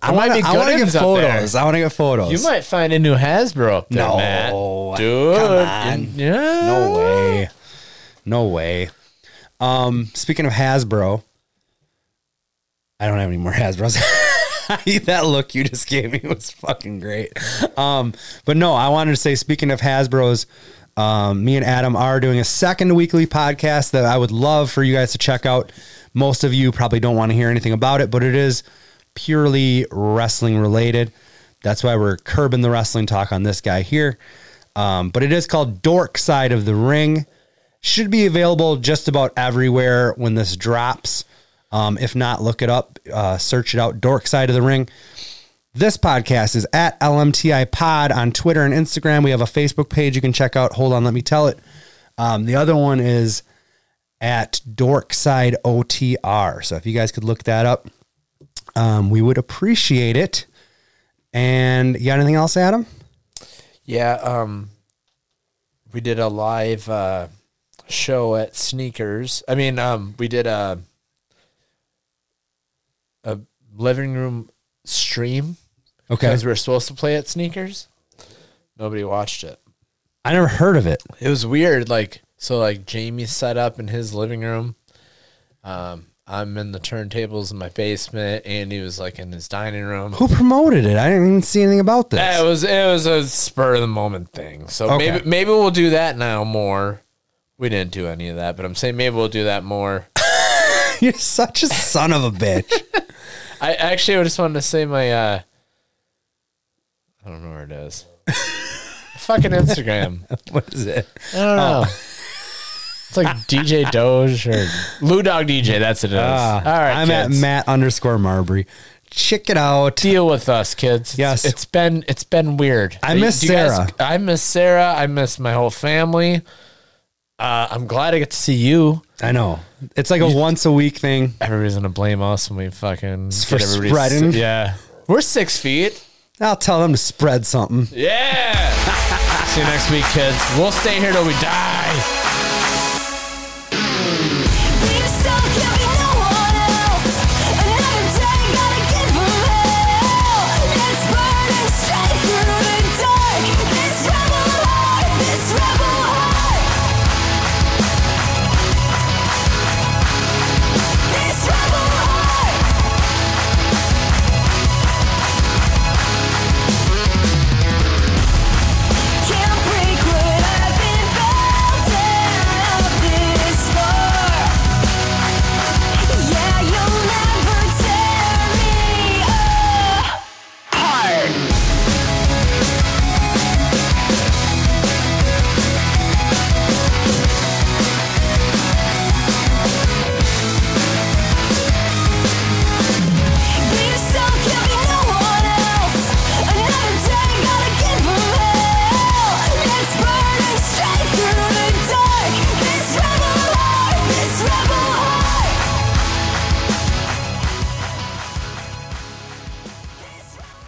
S1: I
S2: might
S1: want to.
S2: be
S1: I want to
S2: good
S1: get
S2: ends up there.
S1: photos. I want to get photos.
S2: You might find a new Hasbro up there,
S1: No,
S2: Matt. dude.
S1: come on.
S2: Yeah,
S1: No way. No way. Um, speaking of Hasbro, I don't have any more Hasbros. that look you just gave me was fucking great. Um, but no, I wanted to say, speaking of Hasbros, um, me and Adam are doing a second weekly podcast that I would love for you guys to check out. Most of you probably don't want to hear anything about it, but it is purely wrestling related. That's why we're curbing the wrestling talk on this guy here. Um, but it is called Dork Side of the Ring. Should be available just about everywhere when this drops. Um, if not, look it up, uh, search it out, Dork Side of the Ring. This podcast is at LMTI Pod on Twitter and Instagram. We have a Facebook page you can check out. Hold on, let me tell it. Um, the other one is at Dorkside OTR. So if you guys could look that up, um, we would appreciate it. And you got anything else, Adam?
S2: Yeah, um, we did a live uh, show at Sneakers. I mean, um, we did a a living room stream because we were supposed to play at Sneakers. Nobody watched it.
S1: I never heard of it.
S2: It was weird. Like so, like Jamie set up in his living room. Um, I'm in the turntables in my basement. Andy was like in his dining room.
S1: Who promoted it? I didn't even see anything about this.
S2: Yeah, it was it was a spur of the moment thing. So
S1: Okay.
S2: maybe maybe we'll do that now more. We didn't do any of that, but I'm saying maybe we'll do that more.
S1: You're such a son of a bitch.
S2: I actually I just wanted to say my uh I don't know where it is. Fucking Instagram.
S1: what is it?
S2: I don't
S1: Oh.
S2: know. It's like DJ Doge or Lou Dog DJ. That's what it. Is. All right,
S1: Ah, I'm
S2: kids.
S1: at Matt underscore Marbury. check it out.
S2: Deal with us, kids. It's-
S1: Yes.
S2: it's been it's been weird.
S1: I miss
S2: Do you guys-
S1: Sarah.
S2: I miss Sarah. I miss my whole family. Uh, I'm glad I get to see you.
S1: I know it's like a once a week thing.
S2: Everybody's gonna blame us when we fucking
S1: For
S2: get everybody s-
S1: spreading.
S2: Yeah, we're six feet.
S1: I'll tell them to spread something.
S2: Yeah. see you next week, kids. We'll stay here till we die.